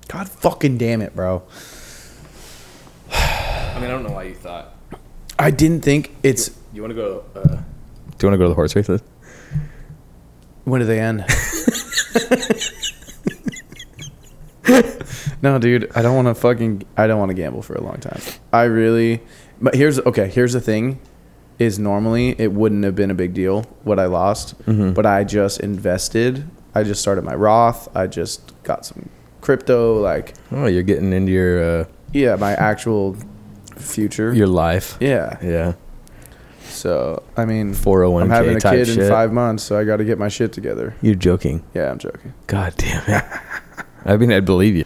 S3: God fucking damn it, bro.
S2: I mean, I don't know why you thought.
S3: I didn't think it's
S2: You want to go? Uh, Do you want to go to the horse races?
S3: when do they end? no, dude, I don't want to fucking I don't want to gamble for a long time. I really but here's okay, here's the thing is normally it wouldn't have been a big deal what I lost, but I just invested. I just started my Roth. I just got some crypto like
S2: Oh, you're getting into your uh,
S3: yeah, my actual future.
S2: your life.
S3: yeah.
S2: Yeah.
S3: So, I mean, I'm
S2: 401k
S3: having a
S2: type
S3: kid in
S2: shit.
S3: 5 months, so I got to get my shit together.
S2: You're joking.
S3: Yeah, I'm joking.
S2: God damn it. I mean, I'd believe you.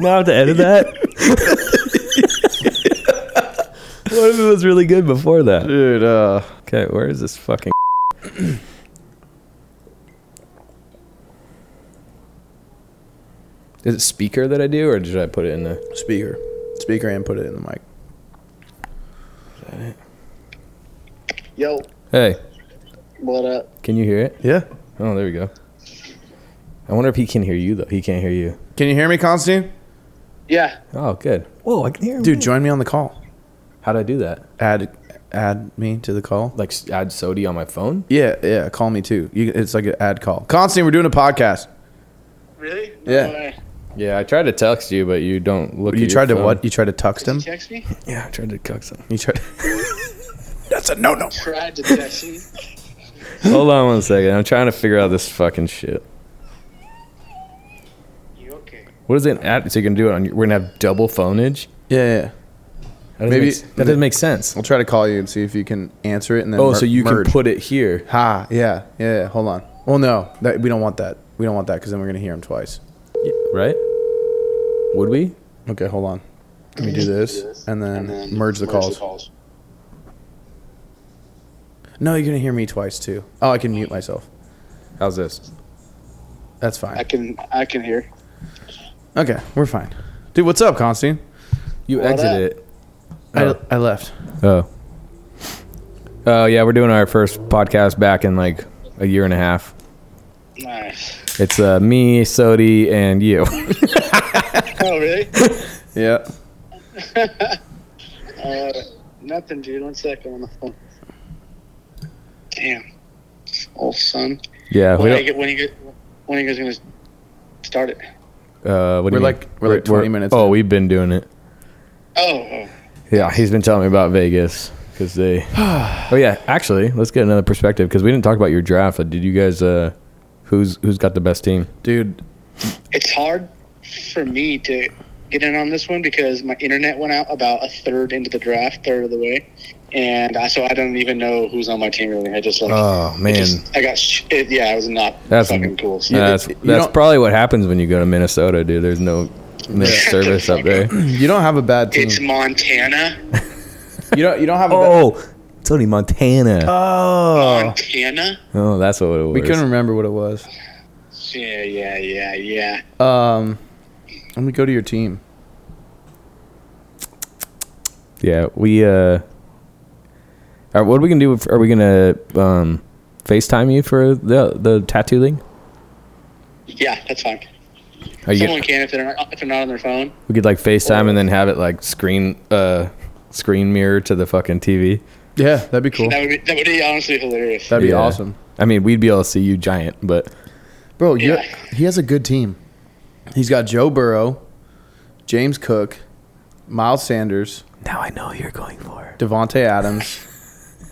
S2: now I have to edit that. what if it was really good before that?
S3: Dude, uh
S2: Okay, where is this fucking? is it speaker that I do, or did I put it in the?
S3: speaker speaker and put it in the mic
S4: Yo,
S2: Hey,
S4: what up?
S2: can you hear it?
S3: yeah
S2: Oh, there we go. I wonder if he can hear you though. He can't hear you.
S3: can you hear me constantine
S4: Yeah,
S2: Oh, good. Whoa, I can hear him.
S3: dude join me on the call
S2: how do I do that?
S3: add add me to the call
S2: Like s- add Sodi on my phone?
S3: yeah yeah call me too you, it's like an ad call constantine we're doing a podcast
S4: really?
S3: Yeah.
S4: way.
S2: Yeah, I tried to text you, but you don't look. at
S3: you
S2: your
S3: tried to
S2: phone.
S3: what you tried to text
S4: Did
S3: him
S4: you text me?
S2: Yeah, I tried to cuck some.
S3: you tried that's a no-no
S4: Tried to text me.
S2: Hold on one second. I'm trying to figure out this fucking shit.
S4: You okay?
S2: What is it? At? So you can do it on. Your, we're gonna have double phoneage.
S3: yeah yeah
S2: That doesn't
S3: Maybe-
S2: make s- that doesn't make sense.
S3: i'll try to call you and see if you can answer it and then
S2: Oh,
S3: mer-
S2: so you
S3: merge.
S2: can put it here.
S3: ha yeah yeah yeah, hold on well no that we don't want that we don't want that because then we're gonna hear him twice
S2: Right? Would we?
S3: okay hold on let me do this and then merge the calls no you're gonna hear me twice too oh i can mute myself
S2: How's this?
S3: that's fine
S4: I can I can hear.
S3: Okay, we're fine. Dude, what's up, Constantine?
S2: You
S4: What
S2: exit
S4: up?
S2: it. Oh.
S3: I, I left.
S2: Oh. Oh yeah, we're doing our first podcast back in like a year and a half.
S4: Nice.
S2: It's uh, me, Sodi, and you.
S4: Oh really?
S3: Yeah.
S4: Uh, nothing, dude. One second on the phone. Damn, old son.
S2: yeah. We
S4: When, are you,
S2: don't,
S4: get- when, you, get- when are you guys gonna start it?
S2: uh, what do you
S3: We're
S2: mean?
S3: like- we're like 20 minutes
S2: Oh,
S3: in.
S2: we've been doing it.
S4: Oh, oh.
S2: Yeah, he's been telling me about Vegas because they. oh yeah, actually, let's get another perspective because we didn't talk about your draft. Did you guys? Uh, who's who's got the best team?
S3: Dude,
S4: it's hard for me to get in on this one because my internet went out about a third into the draft, third of the way, and I, so I don't even know who's on my team really. I just like
S2: Oh man,
S4: Just- I got sh- it, yeah, I was not
S2: That's-
S4: fucking cool. So.
S2: that's
S3: you
S2: that's
S3: don't-
S2: probably what happens when you go to Minnesota, dude. There's no no service up there.
S3: you don't have a bad team.
S4: It's Montana,
S3: You don't you don't have a bad
S2: Oh, Tony Montana.
S3: Oh.
S4: Montana.
S2: Oh, that's what it was.
S3: We couldn't remember what it was.
S4: Yeah, yeah, yeah, yeah.
S3: Um, let me go to your team.
S2: Yeah, we. uh are, What are we gonna do? If, are we gonna um FaceTime you for the the tattoo league?
S4: Yeah, that's fine.
S2: Are you,
S4: Someone can if they're not if they're not on their phone.
S2: we could like FaceTime and then have it like screen uh screen mirror to the fucking TV.
S3: Yeah, that'd be cool.
S4: That would be that would be honestly hilarious.
S3: That'd be
S2: Yeah.
S3: awesome,
S2: I mean, we'd be able to see you giant, but
S3: bro. you-
S4: Yeah.
S3: he has a good team. He's got Joe Burrow, James Cook, Miles Sanders,
S2: now I know who you're going for.
S3: Devonte Adams,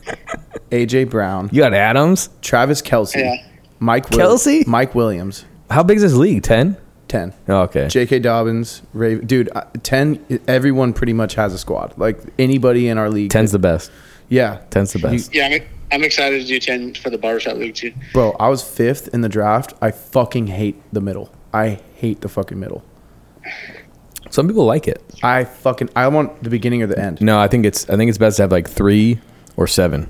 S3: AJ Brown,
S2: You got Adams.
S3: Travis Kelsey,
S4: Yeah.
S3: Mike Will-
S2: Kelsey?
S3: Mike Williams,
S2: How big is this league? Ten.
S3: ten.
S2: Oh, okay.
S3: J.K. Dobbins, Ra- dude, uh, ten. Everyone pretty much has a squad. Like anybody in our league,
S2: Ten's the best.
S3: Yeah,
S2: Ten's the best.
S4: Yeah, I'm I'm excited to do ten for the barbershop league too.
S3: Bro, I was fifth in the draft. I fucking hate the middle. I hate the fucking middle.
S2: Some people like it.
S3: I fucking I want the beginning or the end.
S2: No, I think it's I think it's best to have like three or seven.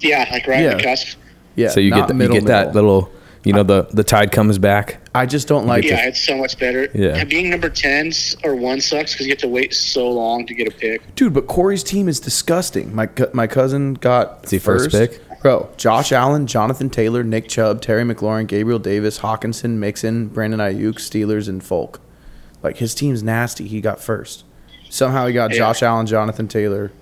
S4: Yeah, like right
S3: Yeah.
S4: at the cusp.
S3: Yeah.
S2: so you
S3: not
S2: get th- you get that little you know the the tide comes back.
S3: I just don't like
S4: Yeah,
S3: it.
S4: it's so much better.
S2: Yeah.
S4: And being number ten s- or one sucks because you have to wait so long to get a pick.
S2: Mm.
S3: Dude, but Corey's team is disgusting. My cu- my cousin got
S2: he first pick?
S3: Bro, Josh Allen, Jonathan Taylor, Nick Chubb, Terry McLaurin, Gabriel Davis, Hawkinson, Mixon, Brandon Ayuk, Steelers, and Folk. Like his team's nasty. He got first. Somehow he got
S4: Yeah.
S3: Josh Allen, Jonathan Taylor,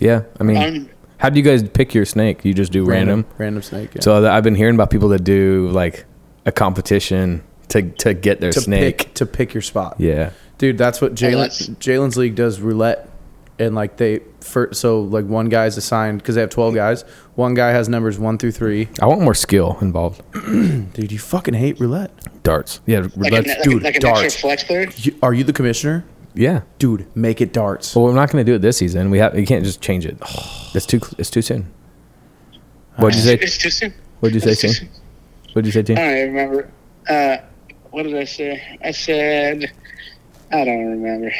S2: Yeah, I mean,
S4: Um,
S2: how do you guys pick your snake? You just do random.
S3: random, random snake. yeah.
S2: So th- I've been hearing about people that do like a competition to to get their
S3: to
S2: snake.
S3: pick to pick your spot.
S2: Yeah,
S3: Dude, that's what
S4: that's-
S3: Jalen Jalen's league does roulette, and like they for so like one guy's assigned because they have twelve guys. One guy has numbers one through three.
S2: I want more skill involved.
S3: Dude, you fucking hate roulette.
S2: Darts. Yeah,
S4: like,
S2: let's-
S4: an, like,
S3: dude,
S4: like an
S3: darts.
S4: extra flex player.
S3: You, are you the commissioner?
S2: yeah.
S3: Dude, make it darts.
S2: Well, we're not going to do it this season. We have we can't just change it. It's too cl- it's too soon. What'd you say?
S4: It's too soon.
S2: What'd you say,
S4: It's too
S2: team?
S4: soon.
S2: What'd you say, team?
S4: I don't even remember. Uh, what did I say? I said I don't remember.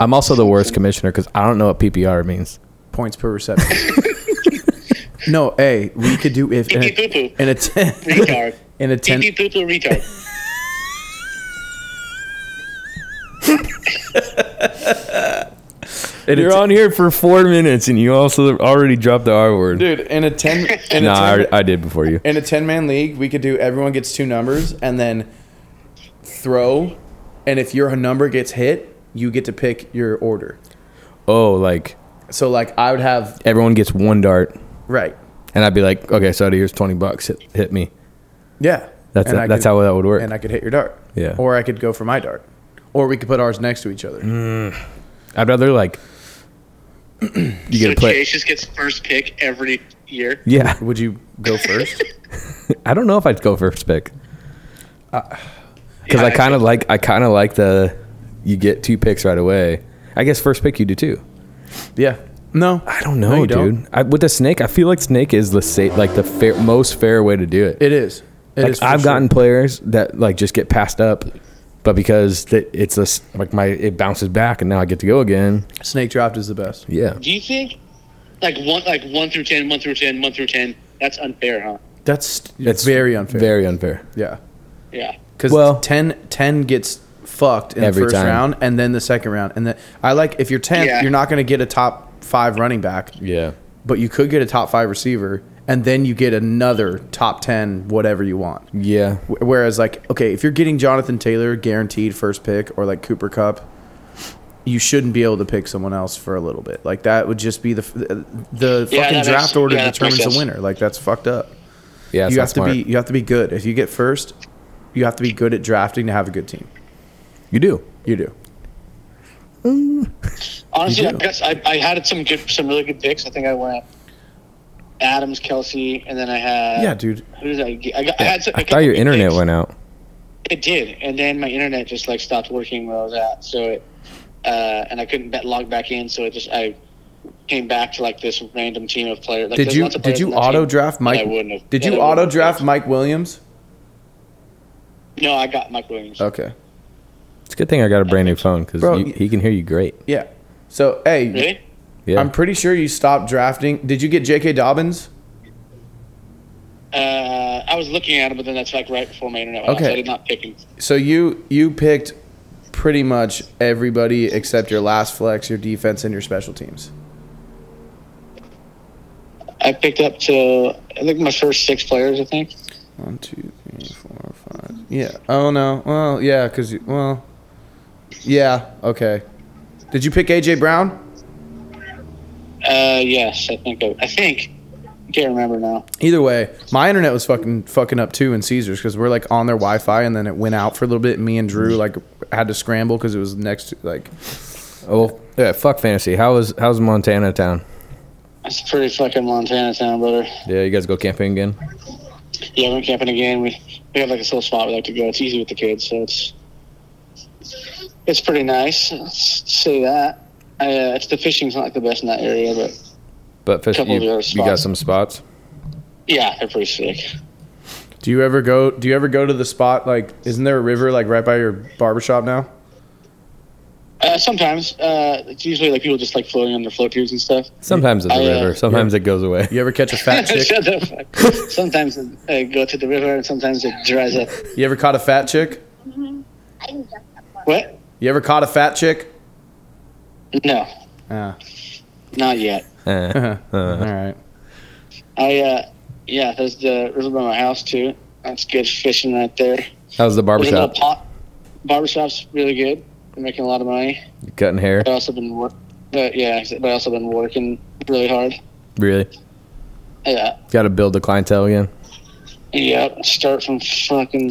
S2: I'm also the worst commissioner because I don't know what PPR means.
S3: Points per reception. no, hey, we could do if in
S4: Pee pee
S3: a,
S4: poo poo.
S3: in a ten
S4: Retard.
S3: in a
S4: Pee
S3: ten
S4: pee poo poo retard.
S3: in a
S2: You're
S3: ten-
S2: on here for four minutes and you also already dropped the R word.
S3: dude in a ten in
S2: nah,
S3: a ten,
S2: I, I did before you.
S3: in a ten man league we could do everyone gets two numbers and then throw, and if your number gets hit, you get to pick your order.
S2: Oh, like
S3: So like I would have
S2: everyone gets one dart,
S3: right.
S2: and I'd be like, okay, so here's twenty bucks. Hit, hit me.
S3: Yeah.
S2: That's
S3: And I
S2: that's
S3: could-
S2: how that would work.
S3: and I could hit your dart.
S2: Yeah.
S3: Or I could go for my dart. Or we could put ours next to each other.
S2: Mm. I'd rather like you
S4: So
S2: get to play.
S4: Chase just gets first pick every year.
S2: Yeah,
S3: Would you go first?
S2: I don't know if I'd go first pick because
S4: Yeah,
S2: I kind of like I kind of like the you get two picks right away. I guess first pick you do too.
S3: yeah. No.
S2: I don't know,
S3: you
S2: dude.
S3: don't.
S2: I, with the snake, I feel like snake is the sa- like the fair, most fair way to do it.
S3: It is. It
S2: like
S3: is for
S2: I've
S3: sure.
S2: gotten players that like just get passed up, but because that it's a s- like my it bounces back and now I get to go again.
S3: snake draft is the best.
S2: Yeah,
S4: Do you think like one like one through ten, one through ten, one through ten? That's unfair, huh?
S3: That's
S2: That's
S3: it's very unfair.
S2: very unfair.
S3: yeah.
S4: Yeah.
S3: Because
S2: Well-
S3: 10, 10 gets fucked in
S2: Every
S3: the first
S2: time.
S3: round and then the second round. And then I like if you're 10th,
S4: Yeah.
S3: you're not going to get a top five running back,
S2: Yeah,
S3: but you could get a top five receiver. And then you get another top 10, whatever you want.
S2: yeah.
S3: Wh- Whereas, like, okay, if you're getting Jonathan Taylor guaranteed first pick or like Cooper Cup, you shouldn't be able to pick someone else for a little bit. Like that would just be the f- the
S4: Yeah, that
S3: fucking
S4: makes-
S3: draft order
S4: yeah, that
S3: determines
S4: makes
S3: the
S4: sense.
S3: winner. Like that's fucked up.
S2: Yeah, it's
S3: you
S2: not
S3: have
S2: smart.
S3: to be you have to be good. If you get first, you have to be good at drafting to have a good team.
S2: You do.
S3: You do.
S4: Honestly,
S3: You
S4: I
S3: do.
S4: guess I, I had some good some really good picks. I think I went Adams, Kelsey, and then I had
S3: Yeah, dude.
S4: Who did I get? I, got, I had some,
S2: I thought your internet went out.
S4: It did, and then my internet just like stopped working where I was at. So it uh, and I couldn't bet, log back in. So it just I came back to like this random team of player- like,
S3: Did
S4: there's
S3: you
S4: lots of
S3: did
S4: players in
S3: you
S4: that team
S3: auto draft
S4: that
S3: Mike?
S4: I wouldn't have.
S3: Did
S4: that
S3: you
S4: I wouldn't
S3: auto
S4: have
S3: draft
S4: picked.
S3: Mike Williams?
S4: No, I got Mike Williams.
S3: Okay.
S2: It's a good thing I got a brand new phone because
S3: Bro, y-
S2: he can hear you great.
S3: Yeah. So hey,
S4: Really?
S2: Yeah,
S3: I'm pretty sure you stopped drafting. Did you get J.K. Dobbins?
S4: Uh, I was looking at him, but then that's like right before my internet went out, so
S3: Okay.
S4: I did not pick him.
S3: So you you picked pretty much everybody except your last flex, your defense, and your special teams.
S4: I picked up to I think my first six players. I think.
S3: One, two, three, four, five. Yeah. Oh no. Well, yeah, because you well. Yeah. Okay. Did you pick AJ Brown?
S4: Uh, yes, I think. I, I think. I can't remember now.
S3: Either way, my internet was fucking fucking up too in Caesars because we're like on their Wi-Fi and then it went out for a little bit. And me and Drew like had to scramble because it was next to like
S2: Oh, yeah. Fuck fantasy. How is how's Montana town?
S4: That's pretty fucking Montana town, brother.
S2: Yeah, you guys go camping again?
S4: Yeah, we went camping again. We we have like this little spot we like to go. It's easy with the kids, so it's it's pretty nice. Let's say that. I, uh, it's the fishing's not like the best in that area, but
S2: But fish,
S4: Couple
S2: you,
S4: of other
S2: you got
S4: spots.
S2: some spots.
S4: yeah, they're pretty sick.
S3: Do you ever go? Do you ever go to the spot? Like, isn't there a river like right by your barbershop now?
S4: Uh, sometimes uh, it's usually like people just like floating on their float tubes and stuff.
S2: Sometimes it's a
S4: I, uh,
S2: river. Sometimes it goes away.
S3: You ever catch a fat chick?
S4: Shut the fuck. sometimes they go to the river, and sometimes it dries up.
S3: You ever caught a fat chick?
S4: What?
S3: You ever caught a fat chick?
S4: No,
S3: Ah,
S4: not yet.
S2: Eh.
S3: all right.
S4: I uh, yeah, there's the river by my house too. That's good fishing right there.
S2: How's the
S4: There's a little
S2: barbershop?
S4: pot. Barbershop's really good. They're making a lot of money.
S2: You cutting hair?
S4: But I also been work. But yeah, but I also been working really hard.
S2: Really?
S4: Yeah.
S2: Got to build the clientele again.
S4: Yep. Start from fucking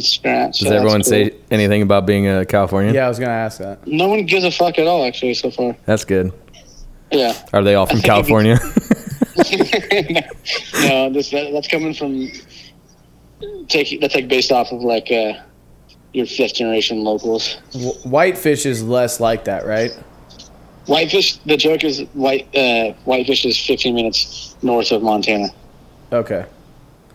S2: Does
S4: scratch. so that's
S2: everyone
S4: cool.
S2: say anything about being a Californian?
S3: Yeah, I was gonna ask that.
S4: No one gives a fuck at all, actually, so far.
S2: That's good.
S4: Yeah.
S2: Are they all from
S4: think it
S2: California?
S4: no, this, that, that's coming from take that's like based off of like uh, your fifth generation locals.
S3: Wh- Whitefish is less like that, right?
S4: Whitefish. The joke is white. Uh, Whitefish is 15 minutes north of Montana
S3: Okay.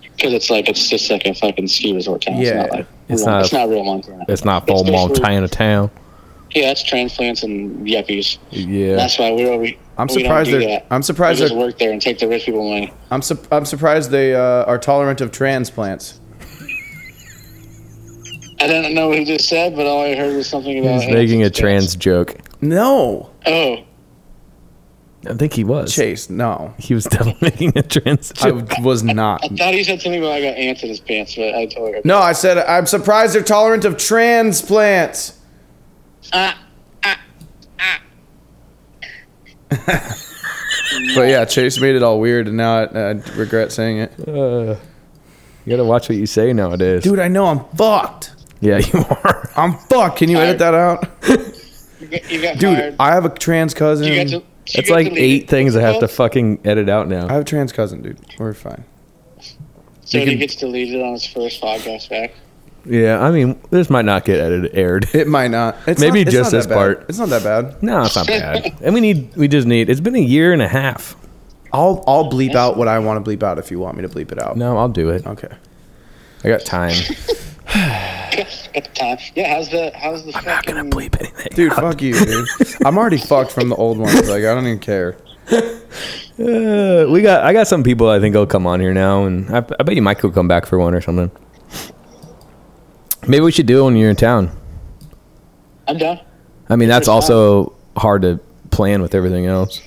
S4: because it's like it's just like a fucking ski resort town.
S3: Yeah.
S4: it's not like
S2: It's
S4: real,
S2: not a-
S4: it's not real Montana.
S2: it's not full
S4: It's basically-
S2: Montana town.
S4: Yeah, it's transplants and yuppies.
S2: Yeah.
S4: That's why we're over.
S3: I'm
S4: we don't
S3: surprised
S4: do
S3: they're.
S4: that.
S3: I'm
S4: We
S3: surprised
S4: just
S3: they're.
S4: work there and take the rich people money.
S3: I'm, su- I'm surprised they uh, are tolerant of transplants.
S4: I don't know what he just said, but all I heard was something about
S2: He's making a trans joke.
S3: No,
S4: Oh,
S2: I think he was.
S3: Chase. No,
S2: He was definitely making a trans
S3: I
S2: joke.
S3: w- was not.
S4: I thought he said something about I got ants in his pants, but I totally heard.
S3: No, I said I'm surprised they're tolerant of transplants.
S4: Ah,
S3: But yeah, Chase made it all weird, and now I, I regret saying it.
S2: Uh, you got to watch what you say nowadays.
S3: Dude, I know I'm fucked.
S2: Yeah, you are.
S3: I'm fucked. Can you edit that out?
S4: you got, you got
S3: Dude,
S4: fired.
S3: I have a trans cousin.
S4: you got to, you
S2: It's
S4: got
S2: like
S4: to leave
S2: eight
S4: it.
S2: things I have to
S4: So
S2: fucking edit out
S3: I
S2: now.
S3: have a trans cousin, dude. We're fine.
S4: he
S3: can-
S4: gets deleted on his first podcast back.
S2: Yeah, I mean, this might not get edited aired.
S3: It might not. It's
S2: Maybe
S3: not- it's
S2: just
S3: not
S2: this
S3: that bad.
S2: part.
S3: It's not that bad.
S2: No, it's not bad. and we need, we just need. It's been a year and a half.
S3: I'll I'll bleep out what I want to bleep out if you want me to bleep it out.
S2: No, I'll do it.
S3: Okay.
S2: I got time.
S4: At the time, yeah. How's the how's the
S2: I'm not
S4: fucking
S2: gonna bleep anything.
S3: Dude, fuck you, dude. I'm already fucked from the old ones. Like I don't even care.
S2: Uh, we got. I got some people I think will come on here now, and I, I bet you Mike will come back for one or something. Maybe we should do it when you're in town.
S4: I'm done.
S2: I mean, that's
S4: Sure.
S2: also hard to plan with everything else.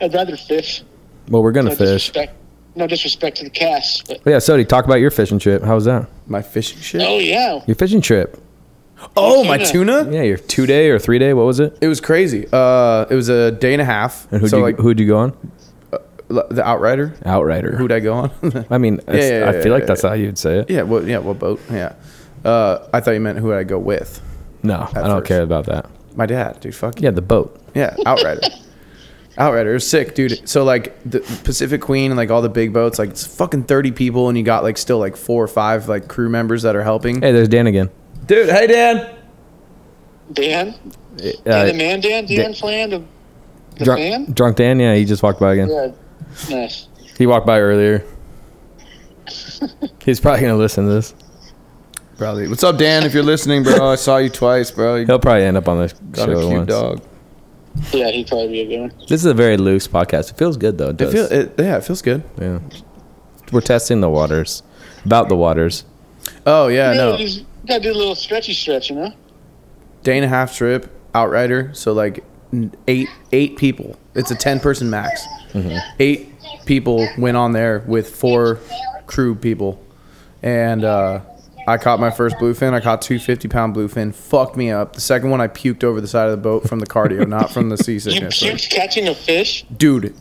S4: I'd rather fish.
S2: Well, we're gonna
S4: No
S2: fish.
S4: disrespect, no disrespect to the cast, but
S2: But yeah, Sody, talk about your fishing trip. How was that?
S3: My fishing shit.
S4: oh yeah,
S2: Your fishing trip.
S3: Oh, my tuna.
S2: Yeah, your two day or three day. What was it?
S3: It was crazy. Uh, it was a day and a half.
S2: And who'd
S3: so
S2: you
S3: like
S2: who'd you go on?
S3: l- the outrider.
S2: Outrider.
S3: Who'd I go on?
S2: I mean, it's-
S3: yeah,
S2: I
S3: yeah,
S2: feel like
S3: yeah,
S2: that's how you'd say it.
S3: yeah. What? Yeah. What boat? Yeah. Uh, I thought you meant who would I go with.
S2: No, I don't
S3: first.
S2: care about that.
S3: My dad, dude. Fuck
S2: Yeah, the boat.
S3: Yeah, Outrider. Outrider it was sick, dude. So like the Pacific Queen and like all the big boats, like it's fucking thirty people, and you got like still like four or five like crew members that are helping.
S2: Hey, there's Dan again.
S3: Dude, hey Dan.
S4: Dan,
S2: Uh,
S4: the man, Dan, Dan Flan, the, the man.
S2: drunk, drunk Dan. Yeah, he just walked by again.
S4: Yeah, nice.
S2: He walked by earlier. He's probably gonna listen to this.
S3: Probably. What's up, Dan? If you're listening, bro, I saw you twice, bro. You
S2: He'll probably end up on this
S3: got
S2: show
S3: a cute
S2: once.
S3: dog.
S4: Yeah, he'd probably be a good one.
S2: This is a very loose podcast. It feels good though. It
S3: It
S2: does.
S3: feel, it, yeah, it feels good.
S2: yeah. We're testing the waters.
S5: about the waters.
S3: Oh yeah, no.
S4: You gotta do a little stretchy stretch, you know?
S3: Day and a half trip, outrider. So like n- eight eight people. It's a ten person max. Eight people went on there with four crew people, and uh, I caught my first bluefin. I caught two 50 pound bluefin. Fucked me up. The second one I puked over the side of the boat from the cardio, not from the
S4: You
S3: seasickness. Like,
S4: puked catching a fish?
S3: dude,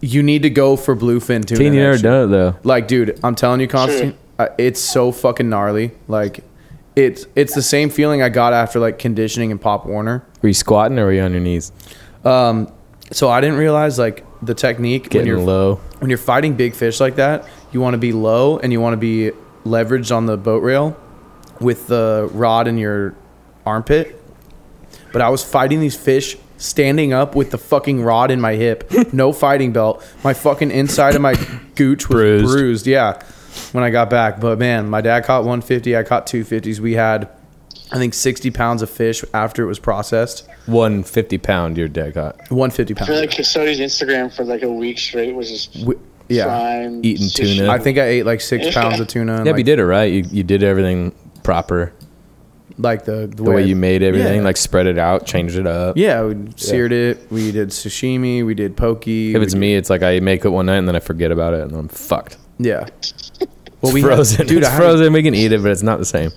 S3: you need to go for bluefin tuna.
S5: Teen, you never
S3: next year.
S5: done it though.
S3: Like, dude, I'm telling you, Constantine, uh, it's so fucking gnarly. Like, it's it's the same feeling I got after like conditioning and Pop Warner.
S5: Were you squatting or were you on your knees?
S3: Um, so I didn't realize like the technique when
S5: Getting
S3: you're
S5: low.
S3: when you're fighting big fish like that. You want to be low and you want to be leveraged on the boat rail with the rod in your armpit. But I was fighting these fish standing up with the fucking rod in my hip, no fighting belt. My fucking inside of my gooch was
S5: Bruised.
S3: bruised. yeah. When I got back, but man, my dad caught 150. I caught 250s. We had, I think, 60 pounds of fish after it was processed.
S5: One fifty pound your dead caught.
S3: 150 pounds.
S4: I feel like Cassody's Instagram for like a week straight was just
S3: We- yeah.
S4: fine.
S5: Eating
S4: sushi.
S5: tuna.
S3: I think I ate like six pounds of tuna. And
S5: Yeah,
S3: like,
S5: but you did it right. You you did everything proper.
S3: like the,
S5: The
S3: the,
S5: way you made everything,
S3: Yeah.
S5: like spread it out, changed it up.
S3: Yeah, we seared it. We did sashimi. We did pokey.
S5: If
S3: we
S5: it's
S3: did-
S5: me, it's like I make it one night and then I forget about it and I'm fucked.
S3: yeah. Well,
S5: Well, we
S3: had-
S5: frozen.
S3: dude.
S5: it's
S3: I frozen.
S5: frozen. We can eat it, but it's not the same.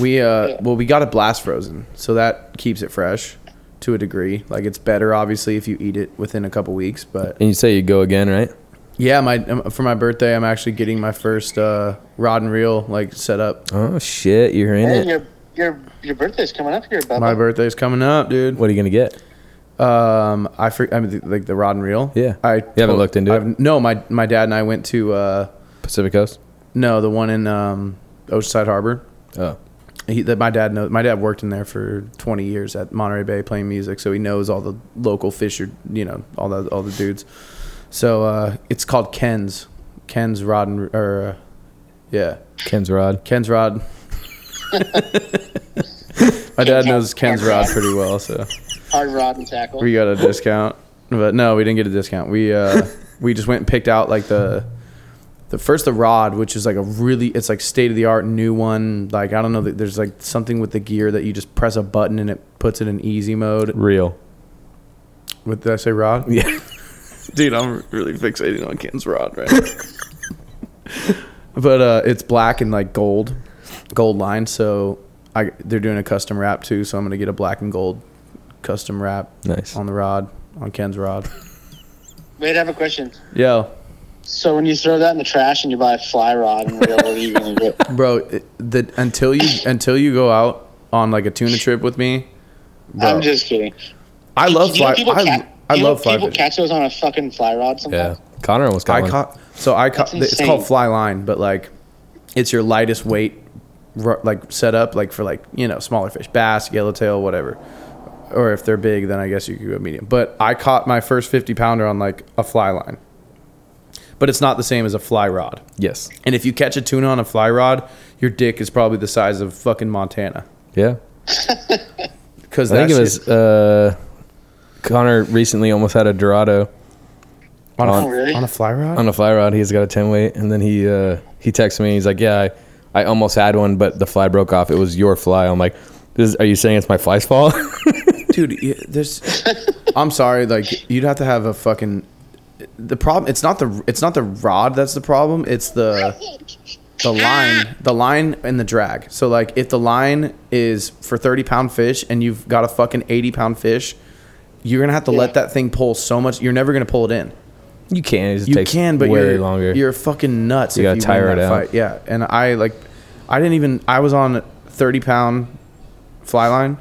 S3: We uh, well, we got it blast frozen, so that keeps it fresh to a degree. Like it's better, obviously, if you eat it within a couple weeks. But
S5: And you say you go again, right?
S3: yeah, my um, for my birthday, I'm actually getting my first uh, rod and reel like set up.
S5: Oh shit, you're in
S4: Hey,
S5: it.
S4: your, your, your birthday's coming up here, Bubba.
S3: My birthday's coming up, dude.
S5: What are you gonna get?
S3: Um, I for, I mean, th- like the rod and reel.
S5: Yeah.
S3: I
S5: You haven't looked into it?
S3: I've- No, my my dad and I went to uh,
S5: Pacific Coast.
S3: no, the one in um, Oceanside Harbor.
S5: Oh,
S3: he, that my dad knows. My dad worked in there for 20 years at Monterey Bay playing music, so he knows all the local fisher, you know, all the all the dudes. So uh, it's called Ken's, Ken's Rod and or uh, yeah,
S5: Ken's rod.
S3: Ken's Rod. my dad knows Ken's Rod pretty well, so
S4: Hard rod and tackle.
S3: we got a discount. But no, we didn't get a discount. We uh, we just went and picked out like the the first the rod, which is like a really it's like state of the art new one. Like I don't know, there's like something with the gear that you just press a button and it puts it in easy mode.
S5: Real.
S3: What did I say, rod?
S5: Yeah.
S3: Dude, I'm really fixating on Ken's rod right now. but uh, it's black and like gold, gold line. So I they're doing a custom wrap too. So I'm gonna get a black and gold custom wrap
S5: Nice.
S3: on the rod on Ken's rod.
S4: Wait, I have a question.
S3: Yo,
S4: So when you throw that in the trash and you buy a fly rod and whatever, what are you going to do?
S3: bro, it- the until you until you go out on like a tuna trip with me, bro,
S4: I'm just kidding.
S3: I love
S4: You know
S3: fly.
S4: people
S3: I,
S4: ca-
S3: I
S4: you know
S3: love fly
S4: People
S3: fishing.
S4: catch those on a fucking fly rod
S5: Yeah.
S4: sometimes.
S5: Connor almost got
S3: I
S5: one.
S3: caught so I caught.
S4: That's
S3: It's called
S4: insane.
S3: fly line, but like it's your lightest weight, ru- like setup, like for like you know smaller fish, bass, yellowtail, whatever. Or if they're big, then I guess you could go medium. But I caught my first fifty pounder on like a fly line, but it's not the same as a fly rod.
S5: Yes.
S3: And if you catch a tuna on a fly rod, your dick is probably the size of fucking Montana.
S5: Yeah.
S3: Because
S5: I think it was uh, Connor recently almost had a Dorado
S3: on,
S5: on-
S3: a,
S4: Oh, really?
S3: on a fly rod.
S5: on a fly rod. He's got a ten weight, and then he uh, he texts me. He's like, "Yeah, I, I almost had one, but the fly broke off. It was your fly." I'm like, this, "Are you saying it's my fly's fault?"
S3: dude y- there's i'm sorry like you'd have to have a fucking the problem it's not the it's not the rod that's the problem it's the the line the line and the drag so like if the line is for 30 pound fish and you've got a fucking 80 pound fish you're gonna have to let
S4: Yeah.
S3: that thing pull so much you're never gonna pull it in
S5: you can. It just
S3: you
S5: takes
S3: can but
S5: way
S3: you're
S5: longer.
S3: you're fucking nuts
S5: You
S3: if
S5: gotta
S3: you
S5: tire
S3: win
S5: it
S3: that
S5: out.
S3: fight yeah and i like i didn't even i was on 30 pound fly line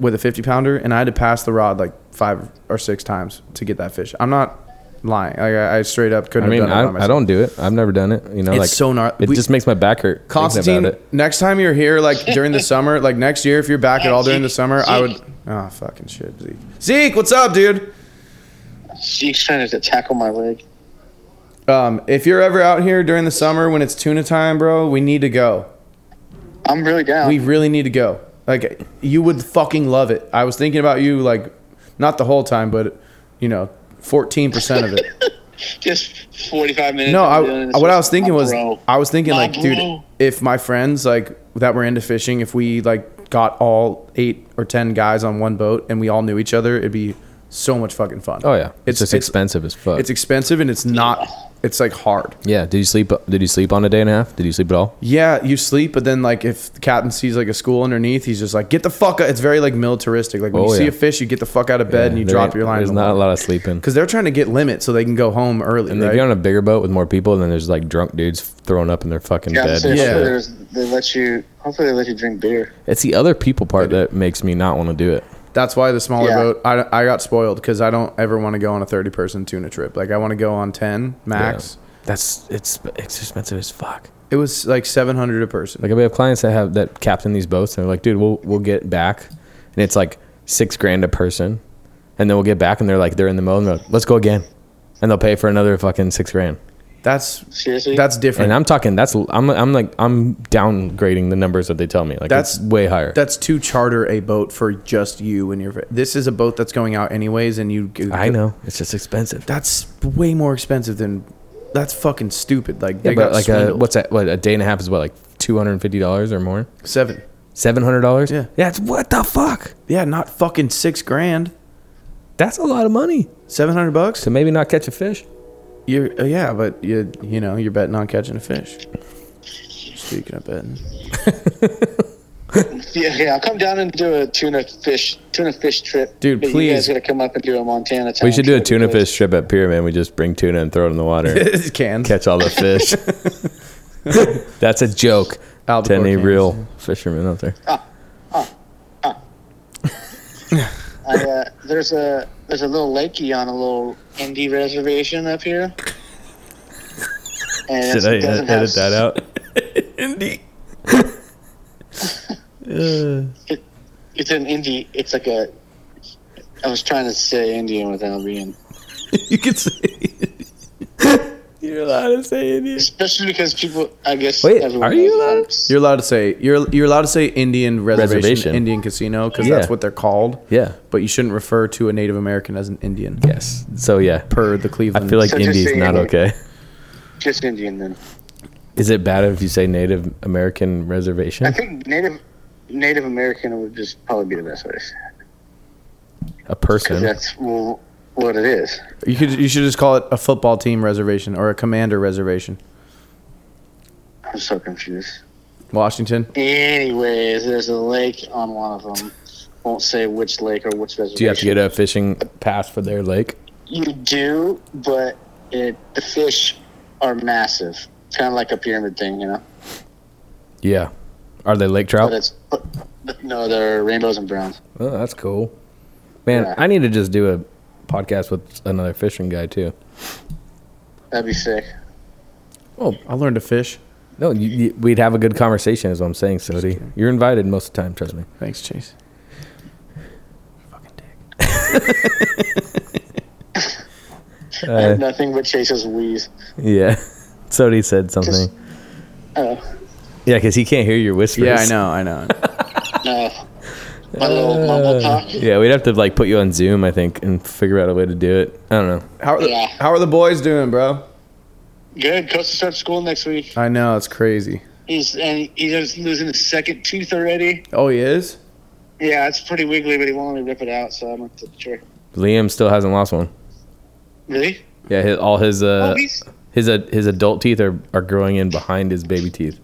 S3: with a 50 pounder and i had to pass the rod like five or six times to get that fish i'm not lying like i, I straight up
S5: I
S3: couldn't
S5: mean,
S3: have done it by
S5: I, I
S3: myself.
S5: don't do it. I've never done it. You know,
S3: It's
S5: like
S3: so gnar-
S5: It
S3: we-
S5: just makes my back hurt. Constantine,
S3: Constantine,
S5: about it.
S3: next time you're here, like during the summer, like next year, if you're back at all during the summer, I would. Oh, fucking shit, Zeke. Zeke, what's up, dude?
S4: Zeke's trying to tackle my leg.
S3: Um, if you're ever out here during the summer when it's tuna time, bro, we need to go.
S4: I'm really down.
S3: We really need to go. Like you would fucking love it. I was thinking about you like not the whole time, but you know, 14% of it.
S4: just 45 minutes.
S3: No,
S4: of
S3: I,
S4: doing this
S3: what
S4: is
S3: I was thinking
S4: my
S3: was
S4: bro.
S3: I was thinking
S4: My
S3: like, dude,
S4: bro.
S3: if my friends like that were into fishing, if we like got all eight or ten guys on one boat and we all knew each other, it'd be so much fucking fun.
S2: Oh yeah, it's, just expensive as fuck.
S3: It's expensive and it's not. It's like hard.
S2: yeah. Did you sleep? Did you sleep on a day and a half? Did you sleep at all?
S3: Yeah, you sleep, but then like if the captain sees like a school underneath, he's just like, get the fuck out. It's very like militaristic. Like when
S2: Oh,
S3: you see
S2: yeah.
S3: a fish, you get the fuck out of bed and you
S2: There
S3: drop
S2: ain't-
S3: your line.
S2: There's not a lot of sleeping.
S3: because they're trying to get limits so they can go home early.
S2: And
S3: right?
S2: if you're on a bigger boat with more people, then there's like drunk dudes throwing up in their fucking
S4: Yeah, I'm
S2: bed.
S4: saying,
S3: Yeah.
S4: hopefully there's- they let you. Hopefully they let you drink beer.
S2: It's the other people part that makes me not want to do it.
S3: That's why the smaller
S4: Yeah.
S3: boat. I, I got spoiled because I don't ever want to go on a thirty person tuna trip. Like I want to go on ten max.
S2: That's it's it's expensive as fuck.
S3: It was like seven hundred a person.
S2: Like we have clients that have that captain these boats, and they're like, "Dude, we'll we'll get back," and it's like six grand a person, and then we'll get back, and they're like, they're in the mode, and they're like, "Let's go again," and they'll pay for another fucking six grand.
S3: That's
S4: Seriously,
S3: that's different.
S2: And I'm talking that's I'm I'm like I'm downgrading the numbers that they tell me. Like
S3: That's-
S2: that's way higher.
S3: that's to charter a boat for just you and your. This is a boat that's going out anyways, and you.
S2: I know it's just expensive.
S3: That's way more expensive than. That's fucking stupid. Like
S2: Yeah,
S3: they
S2: but
S3: got
S2: like a,
S3: swindled.
S2: what's that? What a day and a half is what like two hundred and fifty dollars or more?
S3: seven?
S2: Seven hundred dollars?
S3: Yeah.
S2: yeah. It's what the fuck?
S3: Yeah, not fucking six grand.
S2: That's a lot of money
S3: Seven hundred bucks.
S2: to maybe not catch a fish.
S3: You're uh, yeah, but you you know you're betting on catching a fish. Speaking of betting.
S4: yeah, yeah. I'll come down and do a tuna fish tuna fish trip,
S3: Dude,
S4: But
S3: please.
S4: You guys got to come up and do a Montana.
S2: We
S4: town
S2: should do a
S4: trip,
S2: tuna
S4: because
S2: fish trip at Pyramid. We just bring tuna and throw it in the water,
S3: Cans.
S2: catch all the fish. That's a joke to
S3: Albacore
S2: any
S3: cans.
S2: real fisherman out there.
S4: I, uh, there's a there's a little lakey on a little Indy reservation up here. And
S2: Should
S4: it's-
S2: I
S4: it doesn't
S2: edit
S4: have
S2: that out?
S4: It's an indie. It's like a. I was trying to say Indian without being,
S3: You could say
S2: You're allowed to say it.
S4: especially because people. I guess.
S2: Wait,
S4: everyone
S2: are you
S4: knows
S2: allowed?
S4: it's-
S3: you're allowed to say you're you're allowed to say Indian reservation,
S2: Reservation.
S3: Indian casino because that's
S2: Yeah.
S3: what they're called.
S2: Yeah.
S3: But you shouldn't refer to a Native American as an Indian
S2: Yes. So yeah,
S3: per the Cleveland.
S2: I feel like
S4: So just
S2: Indy's
S4: saying
S2: not
S4: it.
S2: okay.
S4: just Indian then.
S2: Is it bad if you say Native American reservation?
S4: I think Native Native American would just probably be the best way. to say it,
S2: A
S4: 'cause
S2: person.
S4: That's w- what it is.
S3: you could you should just call it a football team reservation or a commander reservation.
S4: I'm so confused.
S3: Washington.
S4: Anyways, there's a lake on one of them. Won't say which lake or which reservation.
S2: Do you have to get a fishing pass for their lake?
S4: You do, but it the fish are massive, kind of like a pyramid thing, you know.
S2: Yeah. Are they lake
S4: But
S2: trout?
S4: it's but, but no, they're rainbows and browns.
S2: Oh, that's cool. Man,
S4: Yeah.
S2: I need to just do a podcast with another fishing guy too.
S4: That'd be sick.
S3: I learned to fish.
S2: No, you, you, we'd have a good conversation, is what I'm saying, Sody. You're invited most of the time, trust me.
S3: Thanks, Chase.
S4: I have nothing but Chase's wheeze.
S2: Yeah. Sody said something.
S4: Just- Oh
S2: yeah, because he can't hear your whispers.
S3: Yeah, I know, I know.
S4: no, my little mumble talk.
S2: Yeah, we'd have to like put you on Zoom, I think, and figure out a way to do it. I don't know.
S3: How are the,
S4: Yeah.
S3: how are the boys doing, bro?
S4: Good. Costa starts school next week.
S3: I know it's crazy.
S4: He's and he's losing his second tooth already.
S3: Oh, he is.
S4: Yeah, it's pretty wiggly, but he won't let me rip it out, so I'm not too sure.
S2: Liam still hasn't lost one.
S4: Really?
S2: Yeah, his, all his
S4: oh,
S2: uh,
S4: he's.
S2: his uh, his adult teeth are, are growing in behind his baby teeth.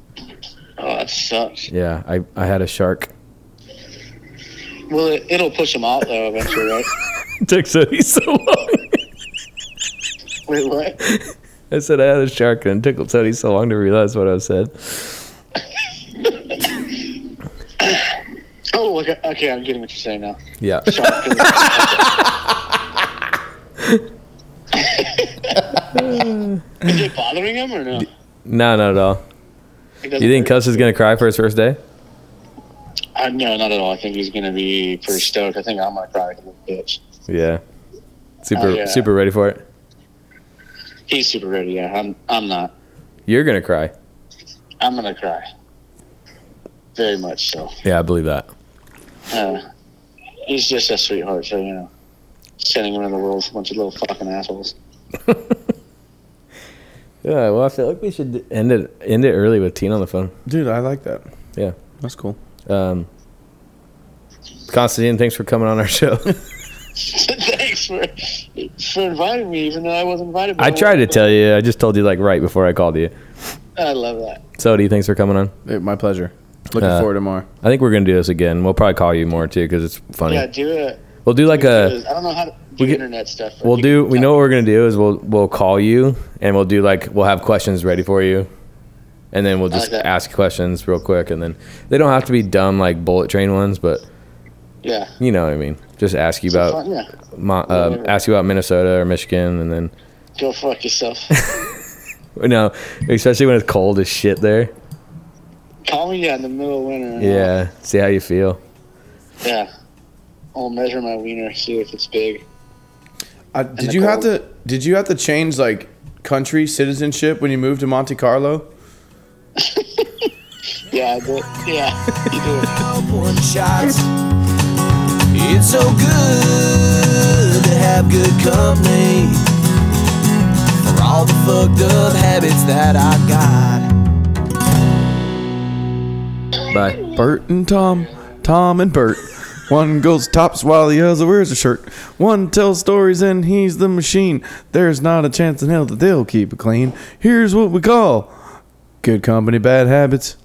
S4: Oh, that sucks.
S2: Yeah, I, I had a shark.
S4: Well, it, it'll push him out though eventually, right?
S2: It took Sody so long.
S4: Wait, what?
S2: I said I had a shark, and it took Sody so long to realize what I said.
S4: Oh, look, okay, I'm getting what you're saying now.
S2: Yeah.
S4: Is it bothering him or no?
S2: No, not at all.
S4: It doesn't
S2: You think
S4: hurt?
S2: Cuss is gonna cry for his first day?
S4: Uh, no, not at all. I think he's going to be pretty stoked. I think I'm going to cry like a little bitch.
S2: Yeah. Super
S4: Oh, yeah.
S2: super ready for it.
S4: He's super ready. Yeah, I'm. I'm not.
S2: You're gonna cry.
S4: I'm going to cry. Very much so.
S2: Yeah, I believe that.
S4: Uh, he's just a sweetheart, so you know, sending him in the world with a bunch of little fucking assholes.
S2: Yeah, well, I feel like we should end it end it early with Tina on the phone.
S3: Dude, I like that.
S2: Yeah.
S3: That's cool.
S2: Um, Constantine, thanks for coming on our show.
S4: Thanks for for inviting me, even though I wasn't invited. but
S2: I tried to tell you. I just told you like right before I called you.
S4: I love that.
S2: So, do you thanks for coming on?
S3: Eh, my pleasure. Looking
S2: Uh,
S3: forward to more.
S2: I think we're gonna do this again. We'll probably call you more too because it's funny.
S4: Yeah, do it.
S2: We'll do like a.
S4: Because I don't know how to do
S2: uh, get-
S4: internet stuff. but
S2: We'll
S4: you
S2: do.
S4: can
S2: We
S4: tell
S2: know what we're gonna do is we'll we'll call you and we'll do like we'll have questions ready for you, and then we'll
S4: like
S2: just
S4: that.
S2: ask questions real quick, and then they don't have to be dumb like bullet train ones, but
S4: me. Yeah.
S2: you know what I mean. Just ask you
S4: Fuck
S2: about
S4: yeah.
S2: my, um, ask you about Minnesota or Michigan, and then
S4: Go fuck yourself.
S2: no, especially when it's cold as shit there.
S4: Call me yeah, in the middle of winter. and
S2: Yeah, see how you feel.
S4: I'll- yeah. I'll measure my wiener, see if it's big.
S3: Uh, did
S4: the
S3: you have
S4: cold.
S3: to? Did you have to change like country citizenship when you moved to Monte Carlo?
S4: Yeah, I do. Yeah, you do.
S1: Outpouring shots. It's so good to have good company. For all the fucked up habits that I got.
S2: Bye.
S3: Bert and Tom, Tom and Bert. One goes tops while the other wears a shirt. One tells stories and he's the machine. There's not a chance in hell that they'll keep it clean. Here's what we call good company, bad habits.